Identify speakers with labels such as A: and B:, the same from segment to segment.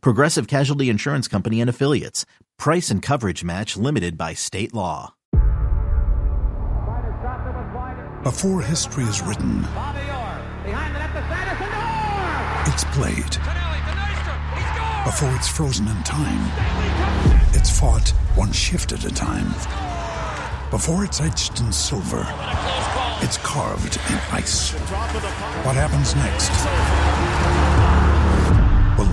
A: Progressive Casualty Insurance Company and Affiliates. Price and coverage match limited by state law.
B: Before history is written, it's played. Before it's frozen in time, it's fought one shift at a time. Before it's etched in silver, it's carved in ice. What happens next will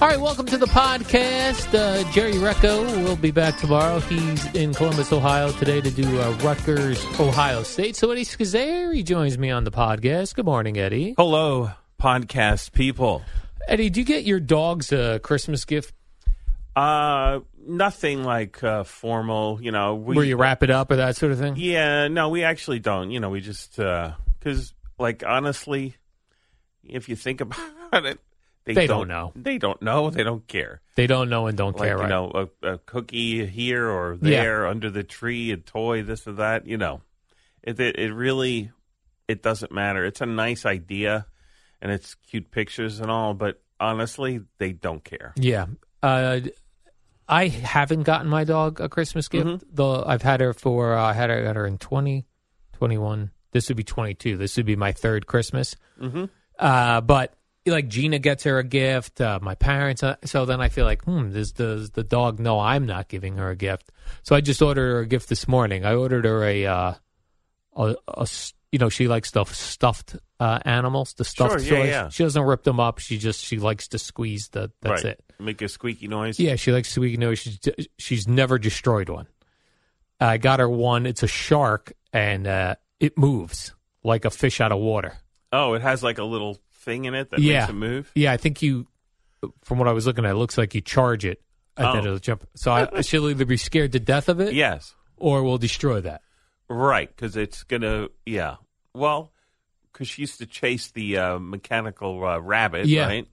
C: All right, welcome to the podcast. Uh, Jerry Recco will be back tomorrow. He's in Columbus, Ohio today to do uh, Rutgers, Ohio State. So Eddie Scazzeri joins me on the podcast. Good morning, Eddie.
D: Hello, podcast people.
C: Eddie, do you get your dogs a Christmas gift
D: Uh, nothing like uh, formal, you know. We,
C: where you wrap it up or that sort of thing?
D: Yeah, no, we actually don't. You know, we just because, like, honestly, if you think about it, they,
C: They don't know.
D: They don't know. They don't care.
C: They don't know and don't
D: Like
C: care, right?
D: you know, a, a cookie here or
C: Yeah.
D: there, under the tree, a toy, this or that. You know, it, it it really it doesn't matter. It's a nice idea, and it's cute pictures and all, but honestly, they don't care.
C: Yeah. Uh, I haven't gotten my dog a Christmas gift.
D: Mm-hmm.
C: Though I've had her for uh, I had her, I had her in 20, 21. This would be 22. This would be my third Christmas. Mm-hmm. Uh, but like Gina gets her a gift, uh, my parents. Uh, so then I feel like, hmm, does, does the dog know I'm not giving her a gift? So I just ordered her a gift this morning. I ordered her a, uh, a, a s- you know, she likes the stuffed uh, animals, the stuffed
D: Sure, yeah,
C: toys.
D: yeah.
C: She doesn't rip them up. She just she likes to squeeze the. That's
D: right.
C: it.
D: Make a squeaky noise.
C: Yeah, she likes to we know she's she's never destroyed one. I got her one. It's a shark, and uh, it moves like a fish out of water.
D: Oh, it has like a little thing in it that
C: yeah,
D: makes it move.
C: Yeah, I think you. From what I was looking at, it looks like you charge it and then
D: Oh.
C: it'll jump. So I, she'll either be scared to death of it,
D: Yes,
C: or will destroy that.
D: right. Because it's gonna. Yeah. Well, because she used to chase the uh, mechanical uh, rabbit.
C: Yeah.
D: Right.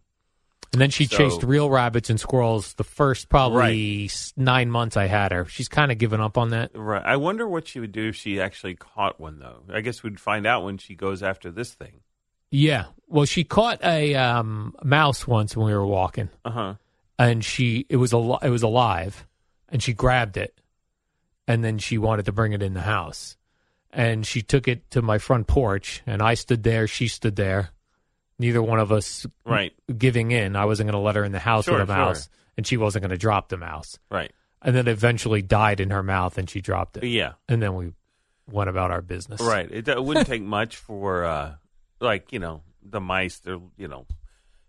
C: And then she
D: So-
C: chased real rabbits and squirrels the first probably s nine months I had her. She's kind of given up on that.
D: Right. I wonder what she would do if she actually caught one, though. I guess we'd find out when she goes after this thing.
C: Yeah. Well, she caught a um, mouse once when we were walking.
D: Uh huh.
C: and she it was al- it was alive and she grabbed it and then she wanted to bring it in the house and she took it to my front porch and I stood there she stood there neither one of us
D: Right.
C: giving in I wasn't going to let her in the house
D: Sure,
C: with a
D: sure.
C: mouse and she wasn't going to drop the mouse
D: Right.
C: and then eventually died in her mouth and she dropped it
D: Yeah.
C: and then we went about our business
D: Right. It, it wouldn't take much for, uh, like you know, the mice. They're you know,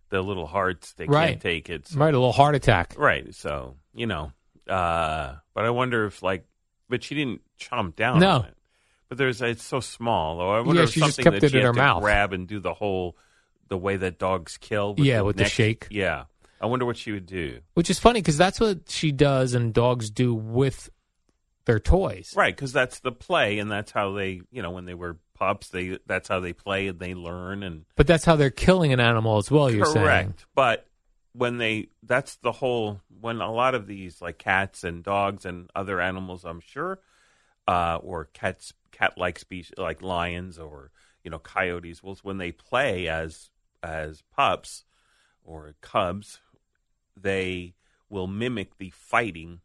D: their little hearts. They
C: Right.
D: can't take it. so-
C: right a little heart attack
D: Right. So, you know, uh, but I wonder if like, but she didn't chomp down.
C: No.
D: On it. But there's, it's so small though. I wonder
C: Yeah,
D: if
C: she just
D: something
C: kept
D: that
C: it
D: she
C: in
D: had
C: her
D: to
C: mouth.
D: grab and do the whole, the way that dogs kill. With
C: Yeah,
D: the
C: with the
D: neck-
C: shake.
D: Yeah. I wonder what she would do.
C: which is funny cuz that's what she does and dogs do with their toys
D: Right. Cause that's the play and that's how they, you know, when they were pups, they, that's how they play and they learn and
C: But that's how they're killing an animal as well. You're saying,
D: Correct. But when they, that's the whole, when a lot of these, like cats and dogs and other animals, I'm sure, uh, or cats, cat like species, like lions or, you know, coyotes, was when they play as, as pups or cubs, they will mimic the fighting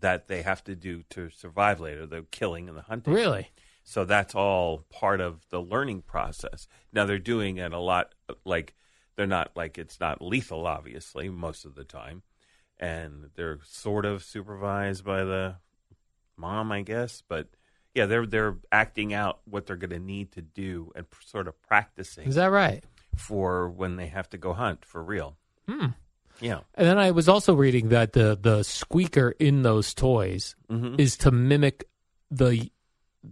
D: that they have to do to survive later, the killing and the hunting.
C: really?
D: So that's all part of the learning process. Now they're doing it a lot like they're not like it's not lethal obviously most of the time and they're sort of supervised by the mom, I guess. But yeah, they're they're acting out what they're going to need to do and pr- sort of practicing
C: Is that right?
D: for when they have to go hunt for real.
C: Hmm.
D: Yeah.
C: And then I was also reading that the the squeaker in those toys
D: Mm-hmm.
C: is to mimic the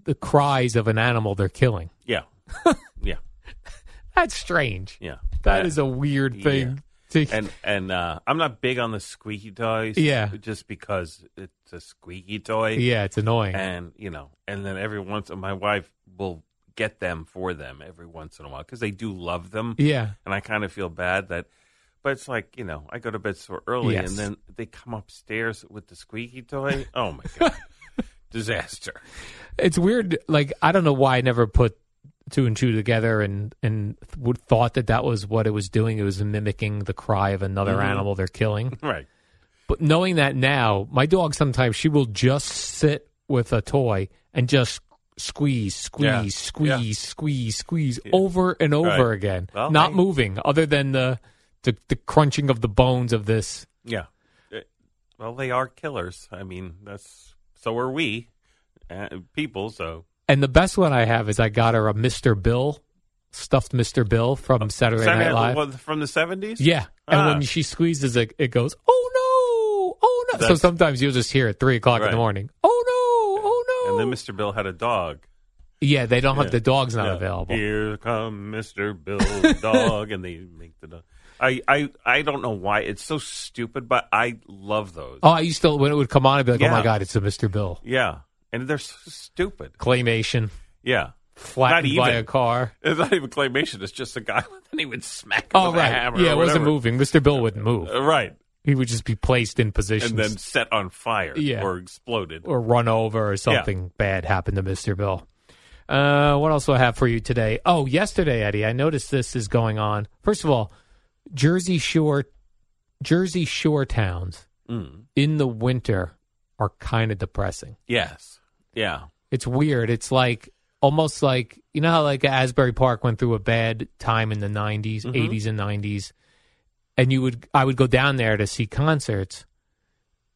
C: the cries of an animal they're killing.
D: Yeah. yeah.
C: That's strange.
D: Yeah.
C: That
D: Yeah.
C: is a weird thing. To,
D: and and uh, I'm not big on the squeaky toys.
C: Yeah.
D: Just because it's a squeaky toy.
C: yeah, it's annoying.
D: and you know, and then every once my wife will get them for them every once in a while because they do love them,
C: yeah.
D: and I kind of feel bad that. But it's like you know, I go to bed so early,
C: Yes.
D: and then they come upstairs with the squeaky toy. Oh my god, disaster!
C: It's weird. Like I don't know why I never put two and two together and and would thought that that was what it was doing. It was mimicking the cry of another
D: Mm-hmm.
C: animal they're killing.
D: Right?
C: But knowing that now, my dog sometimes she will just sit with a toy and just squeeze, squeeze,
D: Yeah.
C: squeeze,
D: Yeah.
C: squeeze, squeeze over and over
D: Right.
C: again,
D: Well,
C: not
D: hey.
C: moving, other than the, the the crunching of the bones of this.
D: Yeah. Uh, Well, they are killers. I mean, that's so are we, uh, people. So
C: And the best one I have is I got her a Mr. Bill, stuffed Mr. Bill
D: Oh,
C: from Saturday, Night Live.
D: Well, from the seventies.
C: Yeah, and
D: Ah.
C: when she squeezes it, it goes, "Oh no, oh no!" so
D: That's-
C: sometimes you'll just hear it three o'clock in
D: Right.
C: the morning. Oh no, oh
D: And
C: no.
D: then Mr. Bill had a dog.
C: yeah, they don't
D: Yeah.
C: have the dog's not
D: Yeah.
C: available.
D: Here come Mr. Bill Dog, and they make the dog. I, I I don't know why it's so stupid, but I love those.
C: Oh, I used to when it would come on, I'd be like, "Oh my
D: Yeah.
C: god, it's a Mr. Bill
D: Yeah, and they're so stupid.
C: claymation,
D: Yeah,
C: flattened by
D: even.
C: a car."
D: it's not even claymation. It's just a guy, and he would smack him
C: Oh
D: with a
C: right,
D: hammer.
C: yeah,
D: or
C: it wasn't
D: whatever.
C: moving. Mr. Bill wouldn't move;
D: Uh, right,
C: he would just be placed in positions
D: and then set on fire
C: Yeah.
D: or exploded.
C: or run over, or something bad happened to Mr. Bill. Uh, what else do I have for you today? Oh, yesterday, Eddie, I noticed this is going on. First of all, Jersey Shore, Jersey Shore towns
D: Mm.
C: in the winter are kind of depressing.
D: Yes, yeah,
C: It's weird. It's like almost like you know how like Asbury Park went through a bad time in the 90s, 80s and 90s and you would I would go down there to see concerts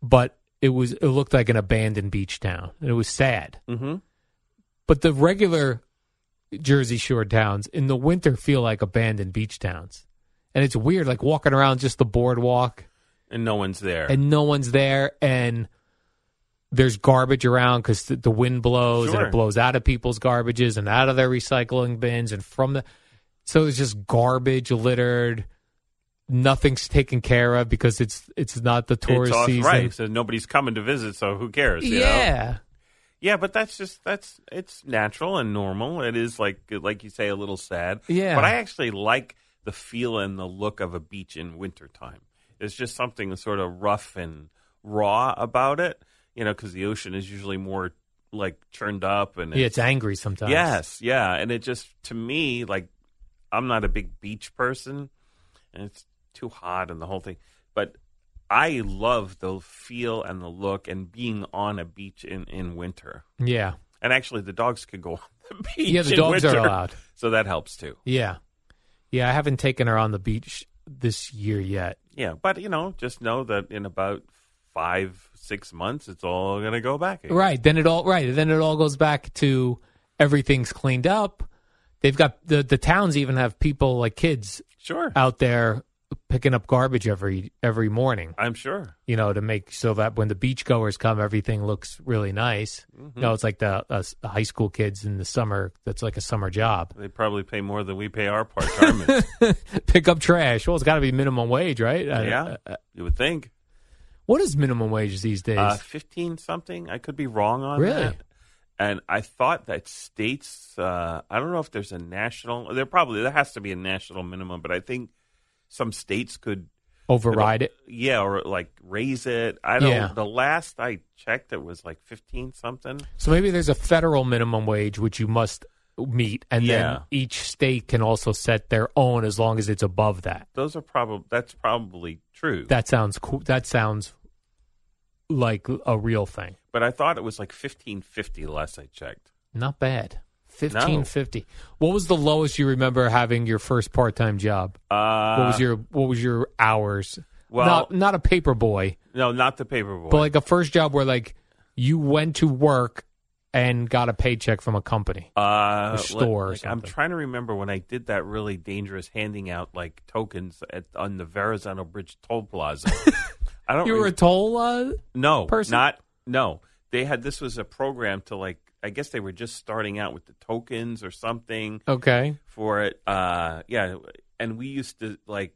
C: but it was it looked like an abandoned beach town and it was sad.
D: mm-hmm.
C: But the regular Jersey Shore towns in the winter feel like abandoned beach towns. And it's weird like walking around just the boardwalk
D: and no one's there.
C: and no one's there and there's garbage around because the, the wind blows and
D: Sure.
C: it blows out of people's garbages and out of their recycling bins and from the so it's just garbage littered nothing's taken care of because it's it's not the tourist
D: it's off,
C: season
D: right? So nobody's coming to visit. So who cares? you know?
C: yeah
D: Yeah, but that's just that's it's natural and normal. It is like like you say, a little sad.
C: Yeah.
D: But I actually like the feel and the look of a beach in wintertime. There's just something sort of rough and raw about it, you know, because the ocean is usually more like churned up and
C: yeah it's angry sometimes
D: yes, yeah, and it just to me like I'm not a big beach person, and it's too hot and the whole thing, but. I love the feel and the look and being on a beach in, in winter.
C: yeah
D: And actually, the dogs could go on the beach.
C: yeah the
D: in
C: dogs are
D: winter.
C: allowed
D: So that helps too.
C: yeah yeah i haven't taken her on the beach this year yet
D: Yeah. But, you know, just know that in about five, six months, it's all going to go back. Again.
C: Right. Then it all right. Then it all goes back to everything's cleaned up. They've got the the towns even have people like kids
D: Sure.
C: out there picking up garbage every every morning.
D: I'm sure.
C: You know, to make so that when the beachgoers come, everything looks really nice.
D: Mm-hmm.
C: You know, it's like the uh, s- high school kids in the summer. That's like a summer job.
D: They probably pay more than we pay our part garments.
C: Pick up trash. Well, it's got to be minimum wage, right? Uh,
D: yeah.
C: uh,
D: You would think.
C: what is minimum wage these days?
D: Uh, 15 something. I could be wrong on
C: Really?
D: that. And I thought that states, uh, I don't know if there's a national, there probably, there has to be a national minimum, but I think some states could
C: Override it.
D: Yeah, or like raise it. I don't.
C: Yeah.
D: The last I checked, it was like fifteen something.
C: So maybe there's a federal minimum wage which you must meet, and
D: Yeah.
C: then each state can also set their own as long as it's above that.
D: Those are probably that's probably true.
C: That sounds cool. That sounds like a real thing.
D: but I thought it was like fifteen fifty last I checked.
C: Not bad. Fifteen fifty. What was the lowest you remember having your first part time job?
D: Uh,
C: what was your What was your hours?
D: well-
C: not not a paper boy,
D: no, not the paperboy.
C: but like a first job where like you went to work and got a paycheck from a company.
D: uh,
C: Or store or
D: like, I'm
C: something.
D: trying to remember when I did that really dangerous handing out like tokens at, on the Verrazano Bridge toll plaza. I don't.
C: You were
D: re-
C: a toll. Uh,
D: no
C: person?
D: Not no. They had this was a program to like. I guess they were just starting out with the tokens or something
C: okay.
D: for it. Uh, yeah, and we used to like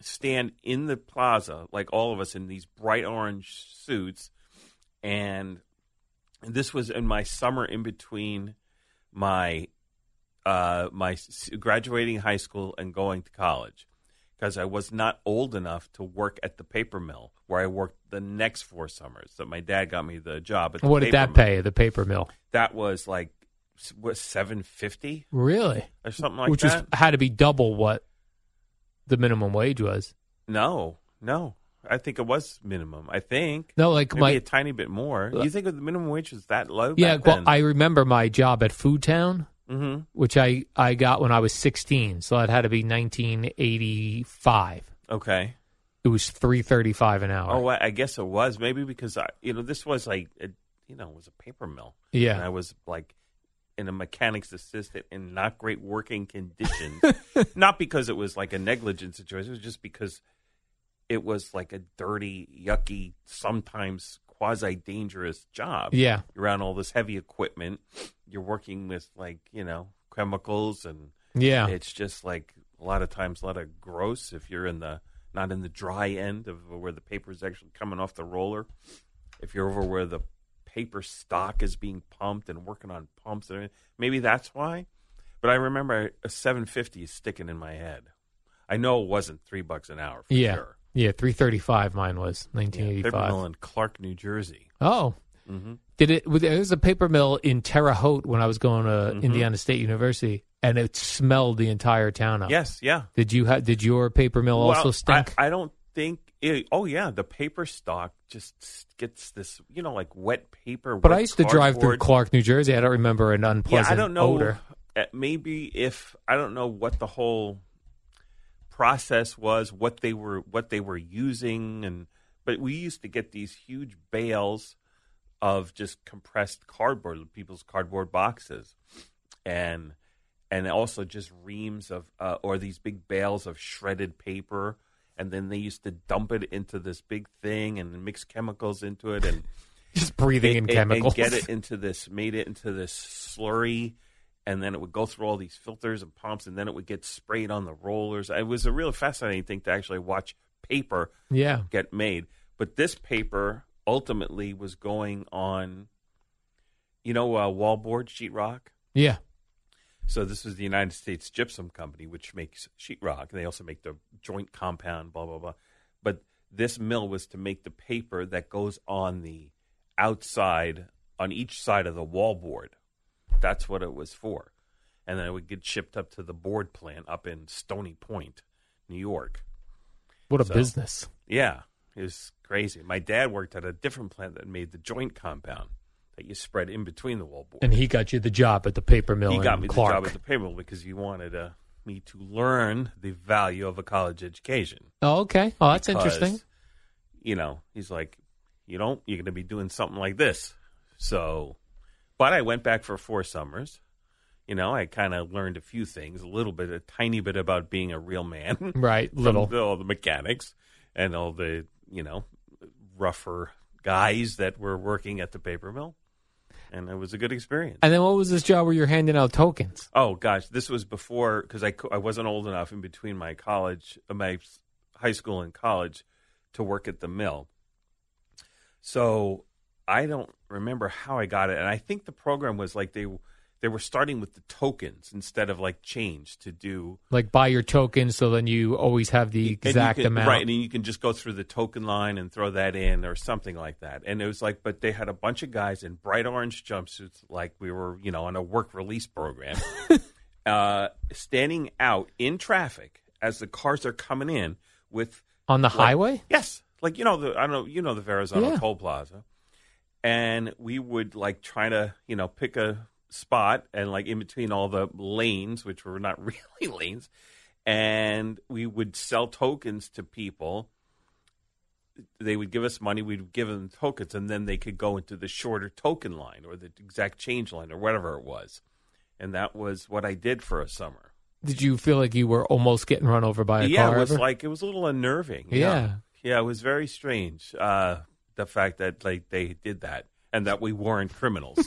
D: stand in the plaza, like all of us in these bright orange suits, and this was in my summer in between my uh, my s- graduating high school and going to college because I was not old enough to work at the paper mill where I worked the next four summers. So my dad got me the job at the
C: What
D: paper
C: did that
D: mill.
C: pay? The paper mill.
D: That was like was seven fifty
C: Really?
D: or something like
C: Which
D: that.
C: was had to be double what the minimum wage was.
D: No, no. I think it was minimum. I think
C: No, like
D: maybe
C: my
D: a tiny bit more. You think the minimum wage was that low?
C: yeah.
D: back
C: Well,
D: then?
C: I remember my job at Food Town,
D: Mhm.
C: which I I got when I was 16, so that had to be 1985.
D: Okay.
C: It was 3.35 an hour.
D: Oh, I, I guess it was maybe because I, you know, this was like, a, you know, it was a paper mill.
C: Yeah.
D: and I was like in a mechanic's assistant in not great working conditions. not because it was like a negligent situation. It was just because it was like a dirty, yucky, sometimes quasi dangerous job.
C: Yeah.
D: you're around all this heavy equipment. You're working with like you know chemicals, and
C: Yeah.
D: it's just like a lot of times a lot of gross if you're in the not in the dry end of where the paper is actually coming off the roller. If you're over where the paper stock is being pumped and working on pumps, and everything, maybe that's why. But I remember a 750 is sticking in my head. I know it wasn't three bucks an hour for
C: yeah.
D: sure.
C: Yeah. 3.35 mine was
D: Yeah, paper
C: 1985.
D: mill in Clark, New Jersey.
C: Oh.
D: Mm-hmm.
C: Did it? was- There was a paper mill in Terre Haute when I was going to
D: Mm-hmm.
C: Indiana State University, and it smelled the entire town up.
D: Yes, yeah.
C: Did you have? Did your paper mill also
D: Well,
C: stink?
D: I, I don't think. It, oh yeah, the paper stock just gets this, you know, like wet paper.
C: but
D: wet
C: I used to drive through
D: cardboard.
C: Clark, New Jersey. I don't remember an
D: Yeah,
C: unpleasant
D: I don't know.
C: odor.
D: uh, Maybe if I don't know what the whole process was, what they were what they were using, and but we used to get these huge bales of just compressed cardboard, people's cardboard boxes, and and also just reams of uh, or these big bales of shredded paper and then they used to dump it into this big thing and mix chemicals into it and
C: Just breathing in
D: and- and-
C: chemicals.
D: And get it into this, made it into this slurry, and then it would go through all these filters and pumps, and then it would get sprayed on the rollers. It was a real fascinating thing to actually watch paper
C: yeah.
D: get made. But this paper ultimately was going on, you know, uh, wallboard sheetrock.
C: Yeah.
D: So this is the United States Gypsum Company, which makes sheetrock, and they also make the joint compound, blah blah blah. But this mill was to make the paper that goes on the outside, on each side of the wallboard. That's what it was for, and then it would get shipped up to the board plant up in Stony Point, New York.
C: What a
D: So-
C: business.
D: Yeah, it was crazy. My dad worked at a different plant that made the joint compound that you spread in between the wallboard
C: And he got you the job at the paper mill
D: he
C: in
D: got me
C: Clark.
D: the job at the payroll because he wanted uh, me to learn the value of a college education.
C: oh, okay. Oh, that's
D: Because,
C: interesting.
D: You know, he's like, you don't, you're going to be doing something like this. So, but I went back for four summers. You know, I kind of learned a few things, a little bit, a tiny bit about being a real man.
C: Right.
D: from
C: Little.
D: the- all the mechanics and all the you know rougher guys that were working at the paper mill, and it was a good experience.
C: and then what was this job where you're handing out tokens?
D: Oh gosh, this was before because I cou- I wasn't old enough in between my college, uh, my s- high school and college, to work at the mill. So I don't remember how I got it, and I think the program was like they they were starting with the tokens instead of like change to do
C: Like buy your tokens so then you always have the
D: and you
C: exact
D: can-
C: amount.
D: right? And you can just go through the token line and throw that in or something like that. And it was like, but they had a bunch of guys in bright orange jumpsuits, like we were, you know, on a work release program. uh, standing out in traffic as the cars are coming in with
C: On the
D: like-
C: highway?
D: Yes, like you know the I don't know you know the Verrazano
C: Yeah.
D: Toll Plaza, and we would like try to you know pick a spot and like in between all the lanes, which were not really lanes, and we would sell tokens to people they would give us money, we'd give them tokens, and then they could go into the shorter token line or the exact change line or whatever it was. And that was what I did for a summer.
C: Did you feel like you were almost getting run over by a
D: yeah,
C: car?
D: it was
C: ever?
D: like it was a little unnerving.
C: Yeah.
D: yeah, it was very strange. Uh, the fact that like they did that and that we weren't criminals.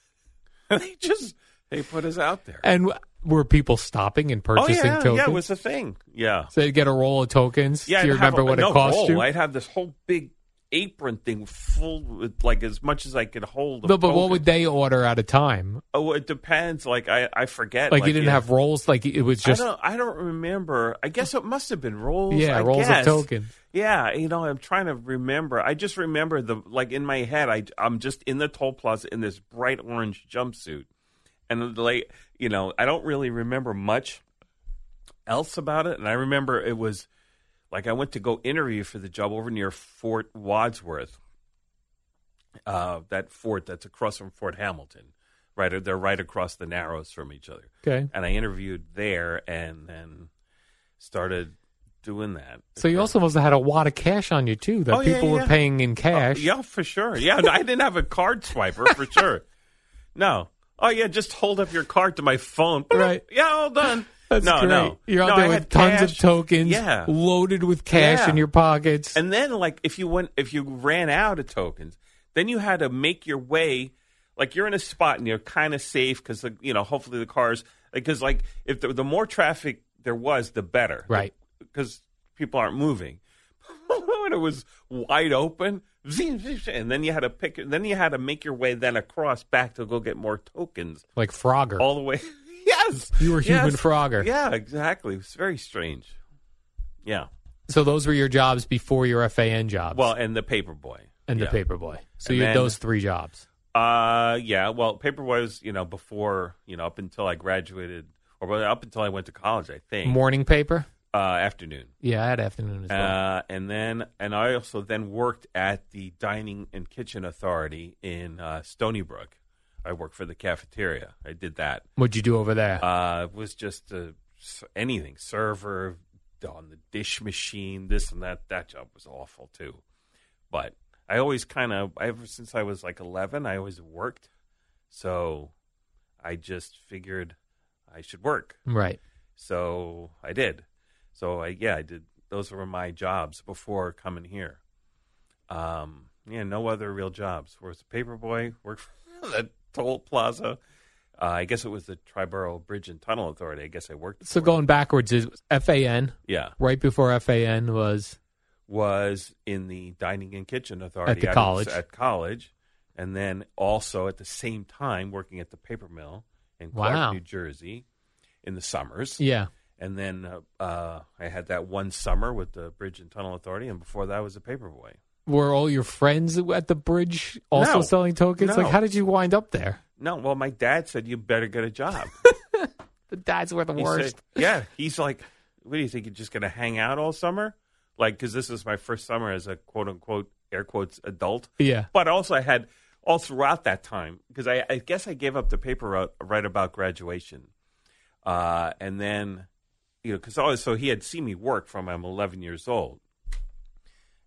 D: they just they put us out there.
C: and w- were people stopping and
D: Oh
C: purchasing
D: yeah,
C: tokens?
D: yeah, it was a thing. Yeah,
C: so they'd get a roll of tokens.
D: yeah.
C: Do you
D: I'd have
C: remember
D: a-
C: what
D: no,
C: it cost
D: roll.
C: you?
D: I'd have this whole big apron thing full with like as much as I could hold. Of
C: no, but what
D: tokens.
C: would they order at a time?
D: Oh, it depends. Like I, I forget.
C: Like, you didn't
D: yeah.
C: have rolls. Like it was just
D: I don't. I don't remember. I guess it must have been rolls.
C: yeah,
D: I
C: rolls
D: guess.
C: of tokens.
D: Yeah, you know, I'm trying to remember. I just remember the like in my head. I I'm just in the toll plaza in this bright orange jumpsuit, and like you know, I don't really remember much else about it. And I remember it was like I went to go interview for the job over near Fort Wadsworth, uh, that fort that's across from Fort Hamilton, right? They're right across the Narrows from each other
C: Okay.
D: and I interviewed there and then started doing that.
C: So you also must have had a wad of cash on you too that
D: Oh, yeah,
C: people
D: yeah.
C: were paying in
D: Oh,
C: cash.
D: yeah, for sure. Yeah, no, I didn't have a card swiper for sure. No. Oh yeah, just hold up your card to my phone. Bloop.
C: Right.
D: Yeah, all done.
C: That's
D: no,
C: great.
D: no.
C: You're out
D: No,
C: there
D: I
C: with
D: had
C: tons of
D: cash.
C: tokens,
D: Yeah.
C: loaded with cash
D: Yeah.
C: in your pockets.
D: And then like if you went if you ran out of tokens, then you had to make your way like you're in a spot and you're kind of safe cuz you know, hopefully the cars because like if the, the more traffic there was, the better.
C: right.
D: because people aren't moving. when it was wide open, zing, zing, zing, and then you had to pick, then you had to make your way then across back to go get more tokens
C: Like Frogger.
D: all the way. yes,
C: You were human
D: yes.
C: Frogger.
D: Yeah, exactly. It's very strange. Yeah.
C: So those were your jobs before your FAN jobs.
D: Well, and the paperboy
C: and
D: yeah.
C: the paperboy. So
D: And
C: you had
D: then-
C: those three jobs.
D: Uh, yeah. Well, paperboy was you know before you know up until I graduated or well, up until I went to college, I think.
C: Morning paper.
D: uh, afternoon.
C: Yeah, I had afternoon as well.
D: Uh, and then, and I also then worked at the Dining and Kitchen Authority in uh, Stony Brook. I worked for the cafeteria. I did that.
C: What'd you do over there?
D: Uh, it was just uh, s- anything server on the dish machine, this and that. That job was awful too. But I always kind of, ever since I was like eleven, I always worked. So I just figured I should work.
C: right.
D: So I did. So I yeah, I did. Those were my jobs before coming here. Um, yeah, no other real jobs. Was a paperboy, worked for the toll plaza. Uh, I guess it was the Triborough Bridge and Tunnel Authority. I guess I worked.
C: So
D: for.
C: going backwards is FAN.
D: yeah,
C: Right before FAN was
D: was in the Dining and Kitchen Authority
C: At the
D: I was
C: college.
D: at college, and then also at the same time working at the paper mill in Clark,
C: Wow.
D: New Jersey, in the summers.
C: yeah.
D: and then uh, uh, I had that one summer with the Bridge and Tunnel Authority, and before that I was a paperboy.
C: Were all your friends at the bridge also
D: No.
C: selling tokens?
D: No.
C: Like how did you wind up there?
D: No, well, my dad said you better get a job.
C: The dads were the
D: He
C: worst.
D: said- yeah, he's like, what do you think? You're just gonna hang out all summer? Like, because this is my first summer as a quote unquote air quotes adult.
C: yeah.
D: But also, I had all throughout that time because I, I guess I gave up the paper route right about graduation, uh, and then you know because always so he had seen me work from I'm 11 years old,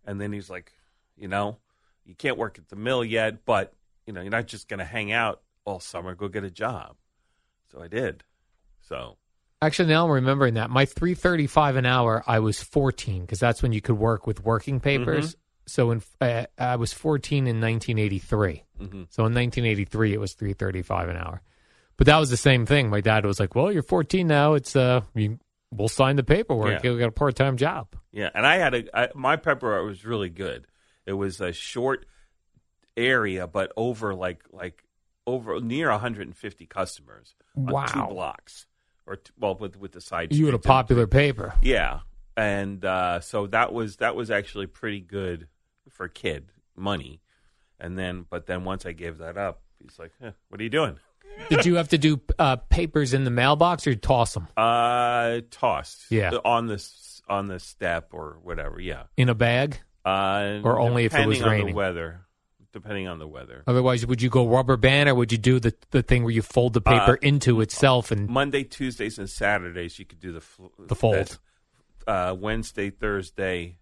D: and then he's like, you know, you can't work at the mill yet, but you know you're not just gonna hang out all summer. Go get a job. So I did. So
C: Actually, now I'm remembering that my 335 an hour, I was 14 because that's when you could work with working papers.
D: Mm-hmm.
C: So in uh, I was 14 in 1983.
D: Mm-hmm.
C: So in 1983, it was 335 an hour. But that was the same thing. My dad was like, "Well, you're 14 now. It's uh, you, we'll sign the paperwork.
D: Yeah.
C: You'll get a part time job."
D: Yeah, and I had a I, my pepper art was really good. It was a short area, but over like like over near 150 customers on two
C: Wow.
D: blocks, or t- well with with the side.
C: You had a
D: streets and-
C: popular paper.
D: yeah, and uh, so that was that was actually pretty good for kid money. And then, but then once I gave that up, he's like, eh, "What are you doing?"
C: Did you have to do uh, papers in the mailbox or toss them
D: Uh, tossed.
C: Yeah.
D: on this on the step or whatever. Yeah,
C: in a bag?
D: Uh,
C: Or only if it was
D: depending on the
C: raining.
D: weather, depending on the weather.
C: Otherwise, would you go rubber band or would you do the the thing where you fold the paper
D: Uh,
C: into itself and
D: Monday, Tuesdays, and Saturdays you could do the fl-
C: The fold.
D: that, uh, Wednesday, Thursday,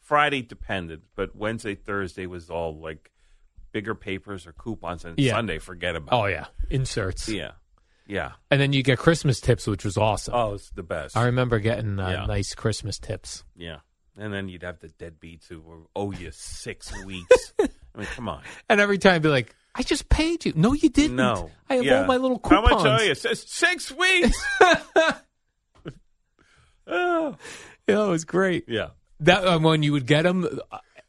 D: Friday depended, but Wednesday, Thursday was all like bigger papers or coupons, and
C: Yeah.
D: Sunday, forget about
C: Oh yeah, inserts.
D: it. Yeah. Yeah.
C: And then you get Christmas tips, which was awesome.
D: Oh, it's the best.
C: I remember getting uh,
D: Yeah.
C: nice Christmas tips.
D: Yeah. And then you'd have the deadbeats who were owe you six weeks. I mean, come on.
C: And every time I'd be like, I just paid you. No, you didn't.
D: No.
C: I have
D: Yeah.
C: all my little coupons.
D: How much are you? It says six weeks. oh.
C: Yeah, it was great.
D: Yeah.
C: That um, when you would get them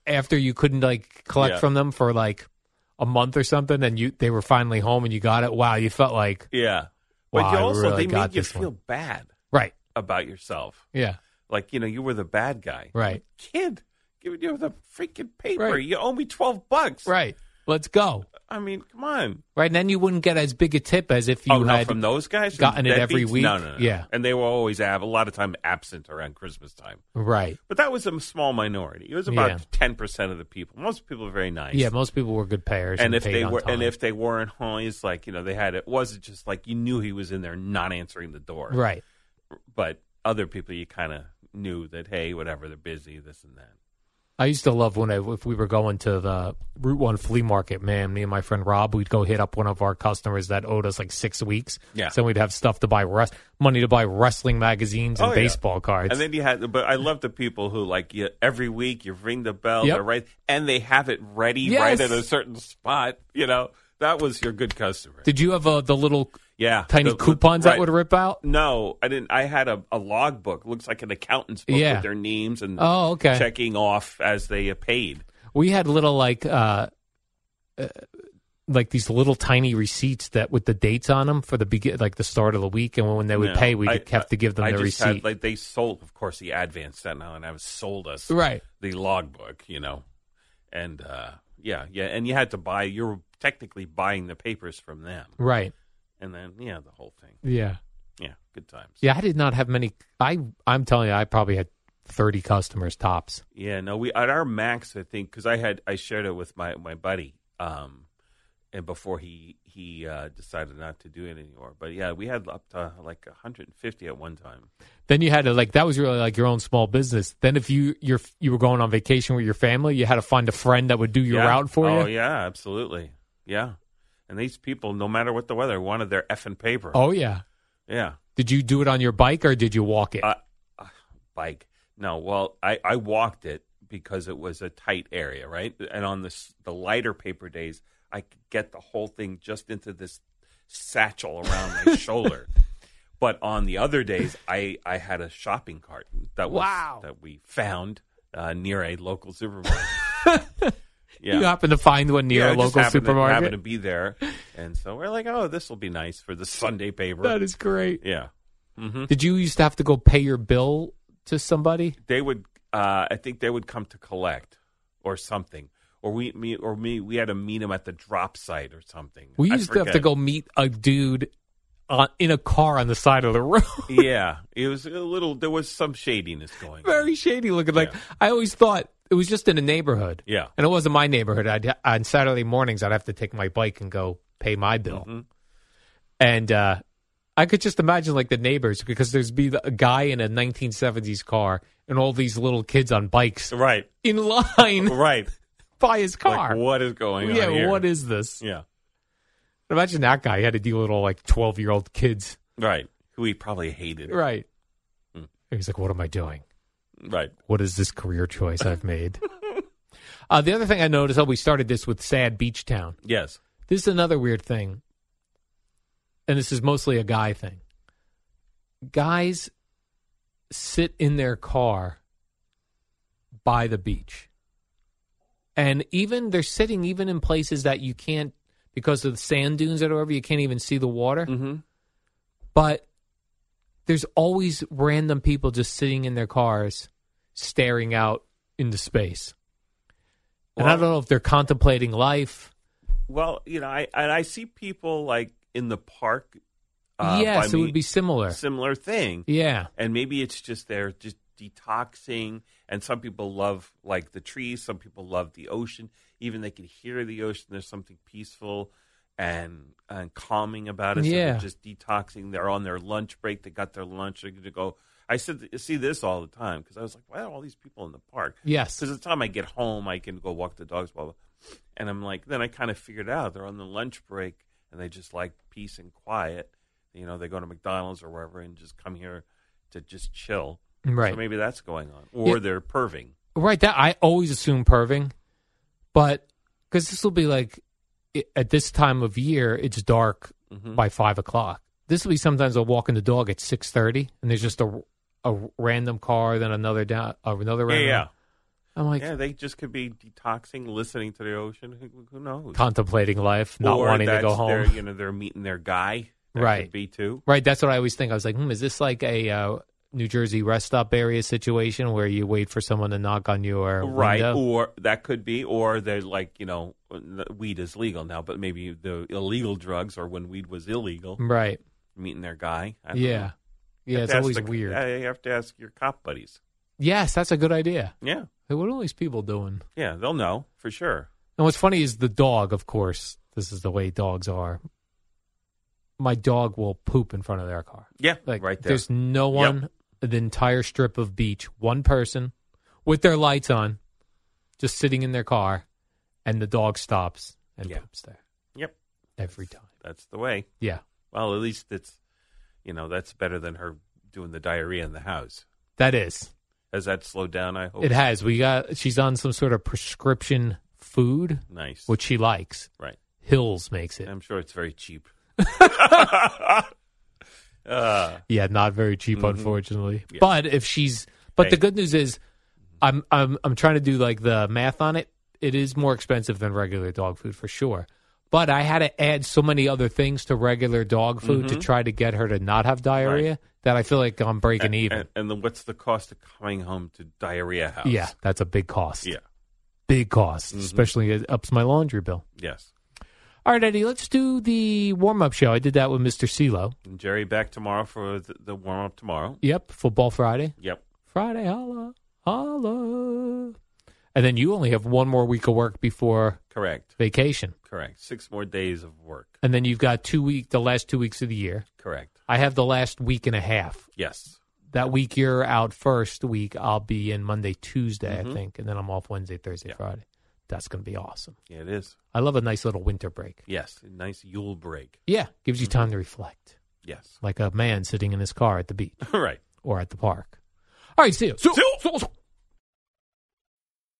C: after you couldn't like collect
D: Yeah.
C: from them for like a month or something, and you they were finally home and you got it. Wow, you felt like
D: Yeah.
C: Wow,
D: But you
C: I
D: also,
C: really
D: they
C: got
D: made you
C: this one.
D: feel bad
C: right,
D: about yourself.
C: yeah,
D: Like, you know, you were the bad guy.
C: right,
D: Kid, giving you the freaking paper.
C: Right.
D: You owe me 12 bucks.
C: right. Let's go.
D: I mean, come on.
C: Right, and then you wouldn't get as big a tip as if you
D: oh, no,
C: had
D: from those guys? From
C: gotten it every
D: deadbeats?
C: week?
D: No, no, no.
C: Yeah.
D: And they were always ab- a lot of time absent around Christmas time.
C: right.
D: But that was a small minority. It was
C: Yeah.
D: about ten percent of the people. Most people are very nice.
C: Yeah, most people were good payers, and,
D: and if
C: paid
D: they
C: on
D: were,
C: time.
D: and if they weren't home, it's like you know they had it. Wasn't just like you knew he was in there not answering the door,
C: right,
D: But other people you kind of knew that hey, whatever, they're busy, this and that.
C: I used to love when I, if we were going to the Route One flea market, man. Me and my friend Rob, we'd go hit up one of our customers that owed us like six weeks.
D: Yeah.
C: so we'd have stuff to buy, res- money to buy wrestling magazines and
D: Oh, yeah.
C: baseball cards.
D: and then you had, but I love the people who like you, every week you ring the bell,
C: Yep.
D: they're right, and they have it ready right
C: Yes.
D: at a certain spot. You know that was your good customer.
C: Did you have uh, the little
D: yeah,
C: tiny
D: the-
C: coupons that
D: right.
C: would rip out?
D: No, I didn't. I had a, a log book. Looks like an accountant's book
C: Yeah.
D: with their names and
C: Oh, okay.
D: checking off as they uh, paid.
C: We had little like uh, uh, like these little tiny receipts that with the dates on them for the begin, like the start of the week, and when they would
D: No,
C: pay, we
D: I-
C: could have to give them
D: I
C: the
D: just had,
C: receipt.
D: like they sold, of course, the advance that now, and I was sold us
C: right.
D: the log book, you know, and uh, yeah, yeah, and you had to buy. You were technically buying the papers from them,
C: Right.
D: and then yeah, the whole thing.
C: Yeah.
D: Yeah, good times.
C: Yeah, I did not have many. I I'm telling you, I probably had thirty customers tops.
D: Yeah, no, we at our max, I think, because I had I shared it with my my buddy, um, and before he he uh, decided not to do it anymore. But yeah, we had up to like 150 at one time.
C: Then you had to like that was really like your own small business. Then if you you're you were going on vacation with your family, you had to find a friend that would do your
D: yeah.
C: route for
D: oh,
C: you.
D: yeah, absolutely, yeah. And these people, no matter what the weather, wanted their effing paper.
C: Oh yeah.
D: yeah,
C: Did you do it on your bike or did you walk it?
D: Uh, bike. No, well, I I walked it because it was a tight area, right? And on this the lighter paper days, I could get the whole thing just into this satchel around my shoulder. But on the other days, I I had a shopping cart that was
C: Wow.
D: that we found uh, near a local supermarket. yeah.
C: You happen to find one near
D: Yeah,
C: a
D: it just
C: local
D: happened to-
C: supermarket.
D: happened to be there, and so we're like, "Oh, this will be nice for the Sunday paper."
C: that is great.
D: yeah. hmm
C: Did you used to have to go pay your bill to somebody?
D: they would uh, I think they would come to collect or something. Or we me or me we had to meet them at the drop site or something.
C: We
D: I
C: used to have to
D: forget.
C: go meet a dude on, in a car on the side of the road.
D: yeah. It was a little there was some shadiness going on.
C: Very shady looking. Like I always thought it was just in a neighborhood.
D: Yeah.
C: and it wasn't my neighborhood. I'd on Saturday mornings I'd have to take my bike and go pay my bill,
D: Mm-hmm.
C: and uh, I could just imagine like the neighbors because there's be the- a guy in a 1970s car and all these little kids on bikes
D: Right.
C: in line
D: Right.
C: by his car.
D: Like what is going on?
C: yeah,
D: here?
C: what is this?
D: Yeah.
C: Imagine that guy. He had to deal with all like 12 year old kids,
D: Right. Who he probably hated.
C: right?
D: Hmm.
C: He's like, what am I doing?
D: Right.
C: what is this career choice I've made? uh, the other thing I noticed, oh, we started this with Sad Beach Town.
D: Yes.
C: This is another weird thing, and this is mostly a guy thing. Guys sit in their car by the beach, and even they're sitting even in places that you can't because of the sand dunes or whatever. You can't even see the water,
D: Mm-hmm.
C: but there's always random people just sitting in their cars staring out into space. And I
D: Well-
C: don't know if they're contemplating life.
D: Well, you know, I and I see people like in the park. Uh,
C: yes,
D: by
C: it
D: me,
C: would be similar.
D: similar thing.
C: yeah.
D: and maybe it's just they're just detoxing and some people love like the trees some people love the ocean even they can hear the ocean there's something peaceful and and calming about it so
C: Yeah.
D: they're just detoxing they're on their lunch break they got their lunch they're going to go I said, see this all the time because I was like, why are all these people in the park?
C: Yes.
D: Because the time I get home, I can go walk the dogs, blah, blah. And I'm like, then I kind of figured out they're on the lunch break and they just like peace and quiet. You know, they go to McDonald's or wherever and just come here to just chill.
C: Right.
D: So maybe that's going on. Or they're perving.
C: Right. That I always assume perving, but because this will be like i at this time of year, it's dark
D: Mm-hmm.
C: by five o'clock. This will be sometimes I'll walk in the dog at six thirty, and there's just a, a random car, then another down, uh, another
D: Yeah,
C: random.
D: yeah.
C: I'm like
D: yeah, they just could be detoxing, listening to the ocean. Who, who knows?
C: contemplating life, not
D: Or
C: wanting to go
D: that's
C: home.
D: Their, you know, they're meeting their guy. That
C: Right.
D: Could be too.
C: Right. That's what I always think. I was like, hmm, is this like a uh, New Jersey rest stop area situation where you wait for someone to knock on your
D: Right.
C: window?
D: Or that could be, or they're like, you know, weed is legal now, but maybe the illegal drugs or when weed was illegal,
C: Right.
D: meeting their guy. I don't know.
C: Yeah. Yeah.
D: You have
C: It's
D: to ask
C: always
D: the-
C: weird.
D: Yeah, you have to ask your cop buddies.
C: Yes, that's a good idea.
D: Yeah.
C: Hey, what are all these people doing?
D: Yeah. They'll know for sure.
C: And what's funny is the dog, of course, this is the way dogs are. My dog will poop in front of their car.
D: Yeah.
C: Like
D: right there.
C: there's no one the entire strip of beach, one person with their lights on, just sitting in their car, and the dog stops and
D: Yeah.
C: poops there
D: Yep.
C: every time.
D: That's the way.
C: Yeah.
D: Well, at least it's, you know, that's better than her doing the diarrhea in the house.
C: That is.
D: Has that slowed down? I hope.
C: It has. We got she's on some sort of prescription food
D: Nice.
C: which she likes.
D: right.
C: Hills makes it.
D: I'm sure it's very cheap. uh,
C: Yeah, not very cheap, unfortunately. But if she's, but the
D: Mm-hmm. Hey.
C: good news is, I'm I'm I'm trying to do like the math on it. It is more expensive than regular dog food for sure. But I had to add so many other things to regular dog food
D: Mm-hmm.
C: to try to get her to not have diarrhea that I feel like I'm breaking even.
D: and, and then what's the cost of coming home to diarrhea house?
C: yeah, that's a big cost.
D: Yeah. Mm-hmm.
C: Big cost, especially it ups my laundry bill.
D: Yes.
C: All right, Eddie, let's do the warm up show. I did that with Mr. CeeLo.
D: And Jerry back tomorrow for the, the warm up tomorrow.
C: Yep, Football Friday.
D: Yep.
C: Friday, holla, holla. And then you only have one more week of work before
D: Correct.
C: vacation.
D: Correct. Six more days of work.
C: And then you've got two week, the last two weeks of the year.
D: Correct.
C: I have the last week and a half.
D: Yes.
C: That week you're out first week, I'll be in Monday, Tuesday, I think. And then I'm off Wednesday, Thursday,
D: Yeah.
C: Friday. That's going to be awesome.
D: Yeah, it is.
C: I love a nice little winter break.
D: Yes. A nice Yule break.
C: Yeah. Gives you time to reflect,
D: Yes.
C: like a man sitting in his car at the beach
D: All right.
C: or at the park. All right, see you. See you. See you.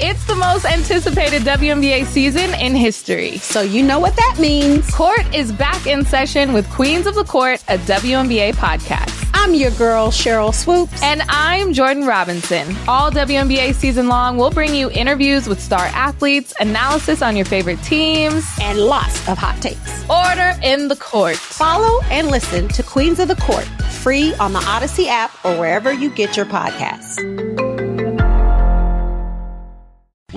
E: It's the most anticipated WNBA season in history.
F: So you know what that means.
E: Court is back in session with Queens of the Court, a WNBA podcast.
F: I'm your girl, Cheryl Swoops.
E: And I'm Jordan Robinson. All WNBA season long, we'll bring you interviews with star athletes, analysis on your favorite teams,
F: And lots of hot takes.
E: order in the court.
F: Follow and listen to Queens of the Court, free on the Odyssey app or wherever you get your podcasts.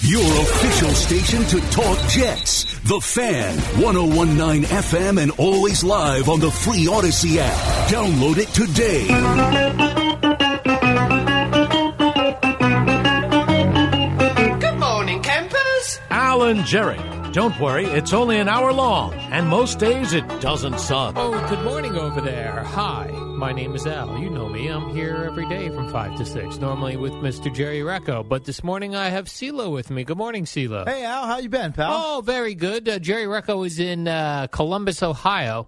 B: Your official station to talk Jets. The Fan, 1019 FM, and always live on the free Odyssey app. Download it today.
G: Alan Jerry. Don't worry, it's only an hour long, and most days it doesn't suck.
C: Oh, good morning over there. Hi, my name is Al. You know me. I'm here every day from 5 to 6, normally with Mr. Jerry Recco. But this morning I have CeeLo with me. Good morning, CeeLo.
H: Hey Al, how you been, pal?
C: Oh, very good. Uh, Jerry Recco is in uh, Columbus, Ohio.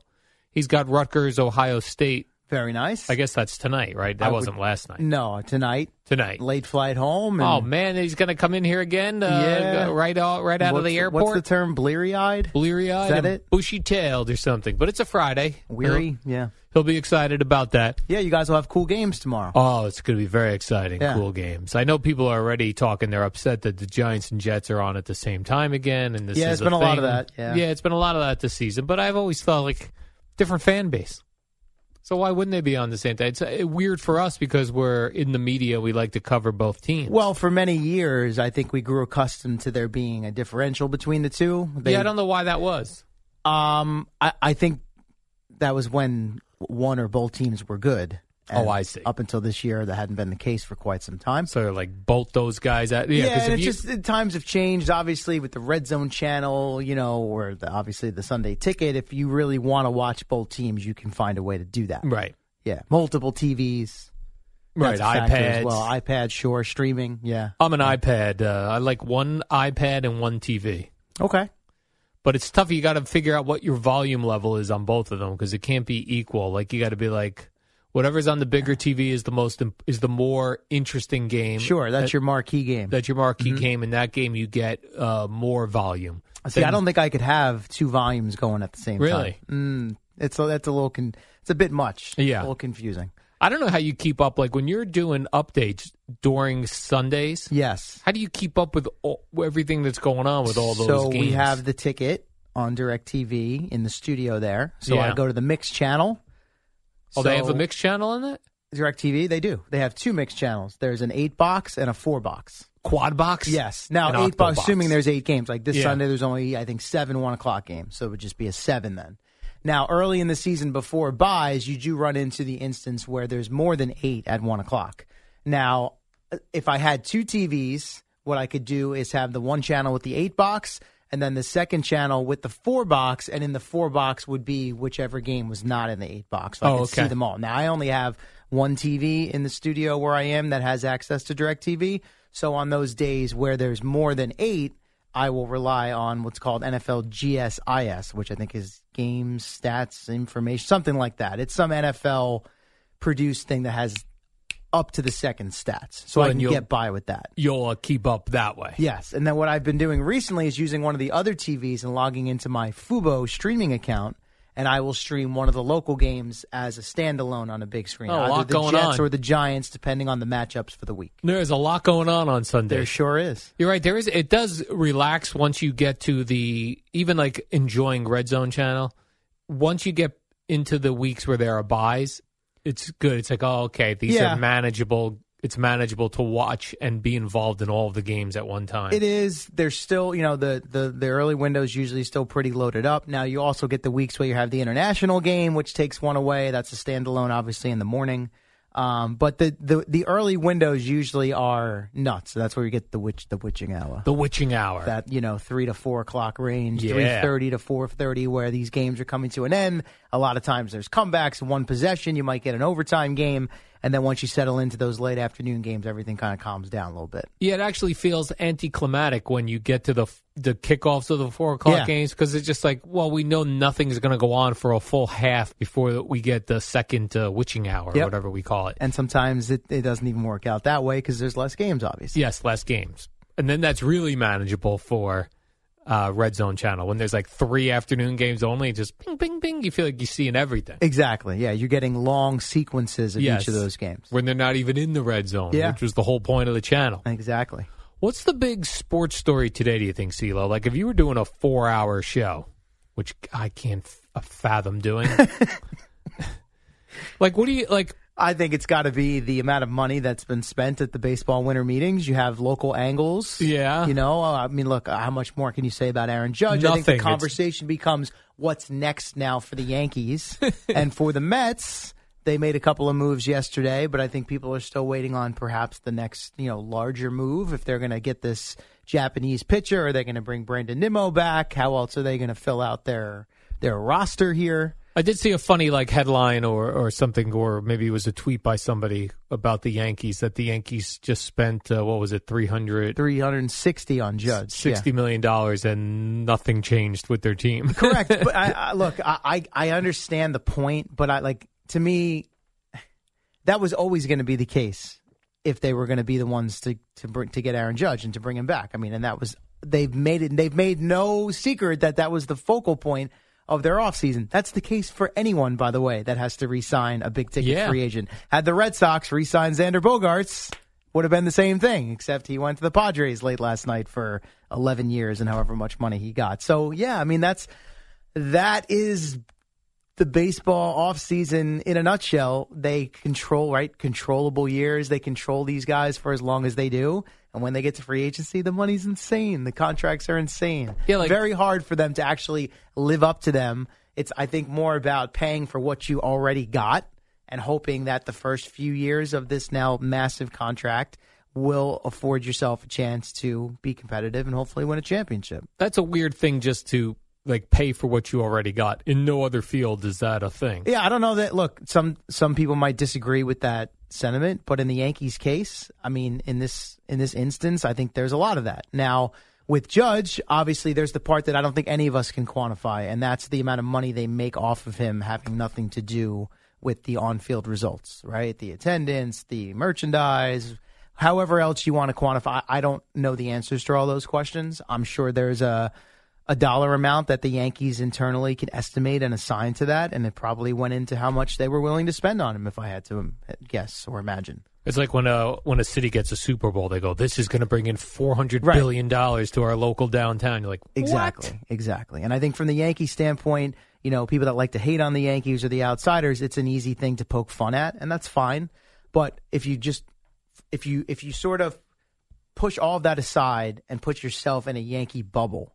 C: He's got Rutgers, Ohio State
I: Very nice.
C: I guess that's tonight, right? That
I: I would- Mm,
C: wasn't last night.
I: No, tonight.
C: Tonight.
I: Late flight home. And
C: Oh man, he's going to come in here again. Uh,
I: Yeah.
C: go right out, right out of
I: What's-
C: the
I: what's
C: airport.
I: the term? Bleary eyed.
C: Bleary eyed.
I: Is that it?
C: Bushy tailed or something. But it's a Friday.
I: Weary.
C: He'll,
I: yeah.
C: he'll be excited about that.
I: Yeah, you guys will have cool games tomorrow.
C: Oh, it's going to be very exciting.
I: Yeah.
C: Cool games. I know people are already talking. They're upset that the Giants and Jets are on at the same time again. And this
I: Yeah,
C: is
I: it's been a lot of
C: thing.
I: that, yeah.
C: yeah, it's been a lot of that this season. But I've always thought like different fan base. So why wouldn't they be on the same time? It's uh, weird for us because we're in the media. We like to cover both teams.
I: Well, for many years, I think we grew accustomed to there being a differential between the two. They-
C: yeah, I don't know why that was.
I: Um, I, I think that was when one or both teams were good.
C: Oh, I see.
I: Up until this year, that hadn't been the case for quite some time.
C: So they're like bolt those guys out. Yeah,
I: Yeah,
C: 'cause
I: and
C: if
I: it's
C: you-
I: just the times have changed, obviously, with the Red Zone channel, you know, or the, obviously the Sunday Ticket. If you really want to watch both teams, you can find a way to do that.
C: Right.
I: Yeah. Multiple TVs.
C: Right,
I: That's a factor
C: iPads.
I: As well, iPad, sure. Streaming. Yeah.
C: I'm an iPad. Uh, I like one iPad and one TV.
I: Okay.
C: But it's tough. You got to figure out what your volume level is on both of them because it can't be equal. Like you got to be like, whatever's on the bigger TV is the most im- is the more interesting game.
I: Sure. That's
C: that,
I: your marquee game.
C: that's your marquee game. In that game, you get uh, more volume.
I: See, I
C: than-
I: don't think I could have two volumes going at the same
C: Really?
I: time. Mm, it's a, that's a little con- it's a bit much.
C: Yeah.
I: a little confusing.
C: I don't know how you keep up. Like when you're doing updates during Sundays,
I: Yes.
C: how do you keep up with all, everything that's going on with all those?
I: so
C: games?
I: we have the ticket on DirecTV in the studio there. So
C: Yeah.
I: I go to the mix channel.
C: Oh, they have
I: So
C: a mix channel in it.
I: DirecTV. They do. They have two mix channels. There's an eight box and a four box.
C: Quad box.
I: Yes. Now
C: An
I: eight box,
C: octobox.
I: Assuming there's eight games. Like this
C: Yeah.
I: Sunday, there's only I think seven one o'clock games, so it would just be a seven then. Now early in the season before buys, you do run into the instance where there's more than eight at one o'clock. Now, if I had two TVs, what I could do is have the one channel with the eight box. And then the second channel with the four box, and in the four box would be whichever game was not in the eight box. So I
C: Oh,
I: could see
C: okay.
I: them all. Now I only have one TV in the studio where I am that has access to DirecTV. So on those days where there's more than eight, I will rely on what's called NFL GSIS, which I think is game stats information, something like that. It's some NFL produced thing that has up to the second stats. So
C: Well,
I: I
C: and
I: can
C: you'll-
I: get by with that.
C: You'll uh, keep up that way.
I: Yes, and then what I've been doing recently is using one of the other TVs and logging into my Fubo streaming account, and I will stream one of the local games as a standalone on a big screen,
C: Oh, a
I: either
C: lot
I: the
C: going
I: Jets
C: on.
I: or the Giants, depending on the matchups for the week.
C: There's a lot going on on Sunday.
I: There sure is.
C: You're right. There is. It does relax once you get to the even like enjoying Red Zone channel. Once you get into the weeks where there are buys, it's good. It's like oh, okay, these
I: Yeah.
C: are manageable. It's manageable to watch and be involved in all of the games at one time.
I: It is. There's still, you know, the, the the early windows usually still pretty loaded up. Now you also get the weeks where you have the international game, which takes one away. That's a standalone, obviously, in the morning. Um, but the, the the early windows usually are nuts. So that's where you get the witch the witching hour.
C: the witching hour.
I: that you know three to four o'clock range,
C: Yeah.
I: three thirty to four thirty, where these games are coming to an end. A lot of times there's comebacks, one possession, you might get an overtime game, and then once you settle into those late afternoon games, everything kind of calms down a little bit.
C: Yeah, it actually feels anticlimactic when you get to the the kickoffs of the four o'clock
I: Yeah.
C: games because it's just like, well, we know nothing's going to go on for a full half before we get the second uh, witching hour,
I: Yep.
C: whatever we call it.
I: And sometimes it, it doesn't even work out that way because there's less games, obviously.
C: Yes, less games, and then that's really manageable for uh, Red Zone Channel when there's like three afternoon games only. Just ping, ping, ping. You feel like you're seeing everything.
I: Exactly. Yeah, you're getting long sequences of
C: Yes.
I: each of those games.
C: when they're not even in the red zone,
I: Yeah.
C: which was the whole point of the channel.
I: Exactly.
C: What's the big sports story today, do you think, CeeLo? Like, if you were doing a four hour show, which I can't f- uh, fathom doing, like, what do you, like,
I: I think it's got to be the amount of money that's been spent at the baseball winter meetings. You have local angles.
C: Yeah.
I: You know, Uh, I mean, look, how much more can you say about Aaron Judge? I think
C: Nothing.
I: the
C: It's-
I: conversation becomes what's next now for the Yankees and for the Mets. They made a couple of moves yesterday, but I think people are still waiting on perhaps the next, you know, larger move. If they're going to get this Japanese pitcher, are they going to bring Brandon Nimmo back? How else are they going to fill out their their roster here?
C: I did see a funny, like, headline or, or something, or maybe it was a tweet by somebody about the Yankees that the Yankees just spent, uh, what was it, 300.
I: Three hundred and sixty on Judge. Yeah.
C: Sixty million dollars and nothing changed with their team.
I: Correct. but I, I, look, I, I I understand the point, but I like to me that was always going to be the case if they were going to be the ones to to bring, to get Aaron Judge and to bring him back. I mean, and that was they've made it. They've made no secret that that was the focal point of their offseason. That's the case for anyone, by the way, that has to re-sign a big ticket
J: Yeah.
I: free agent. Had the Red Sox re-signed Xander Bogarts, would have been the same thing, except he went to the Padres late last night for 11 years and however much money he got. So, yeah, I mean, that's that is the baseball offseason in a nutshell. They control, right? Controllable years. They control these guys for as long as they do. And when they get to free agency, the money's insane. The contracts are insane. Yeah, like, Very hard for them to actually live up to them. It's, I think, more about paying for what you already got and hoping that the first few years of this now massive contract will afford yourself a chance to be competitive and hopefully win a championship.
C: That's a weird thing just to like pay for what you already got. In no other field is that a thing.
I: Yeah, I don't know that. Look, some some people might disagree with that sentiment, but in the Yankees' case, I mean, in this in this instance, I think there's a lot of that. Now, with Judge, obviously, there's the part that I don't think any of us can quantify, and that's the amount of money they make off of him having nothing to do with the on-field results, right? The attendance, the merchandise, however else you want to quantify. I don't know the answers to all those questions. I'm sure there's a a dollar amount that the Yankees internally can estimate and assign to that, and it probably went into how much they were willing to spend on him, if I had to um, guess or imagine.
C: It's like when a when a city gets a Super Bowl, they go, "This is going to bring in four hundred billion dollars to our local downtown." You're like, "What?"
I: Exactly, exactly. And I think from the Yankee standpoint, you know, people that like to hate on the Yankees or the outsiders, it's an easy thing to poke fun at, and that's fine. But if you just if you if you sort of push all of that aside and put yourself in a Yankee bubble,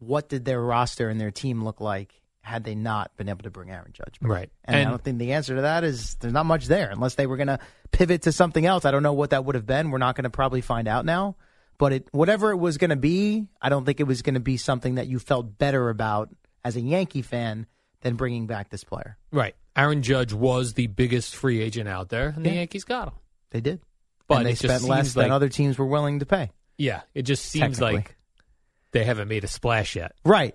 I: what did their roster and their team look like had they not been able to bring Aaron Judge? back?
C: Right.
I: And,
C: And-
I: I don't think the answer to that is there's not much there unless they were going to pivot to something else. I don't know what that would have been. We're not going to probably find out now. But it, whatever it was going to be, I don't think it was going to be something that you felt better about as a Yankee fan than bringing back this player.
C: Right. Aaron Judge was the biggest free agent out there, and the Yankees got him.
I: They did.
C: But
I: And they
C: it just
I: spent less
C: seems
I: than
C: like-
I: other teams were willing to pay.
C: Yeah, it just seems
I: Technically.
C: like they haven't made a splash yet.
I: Right.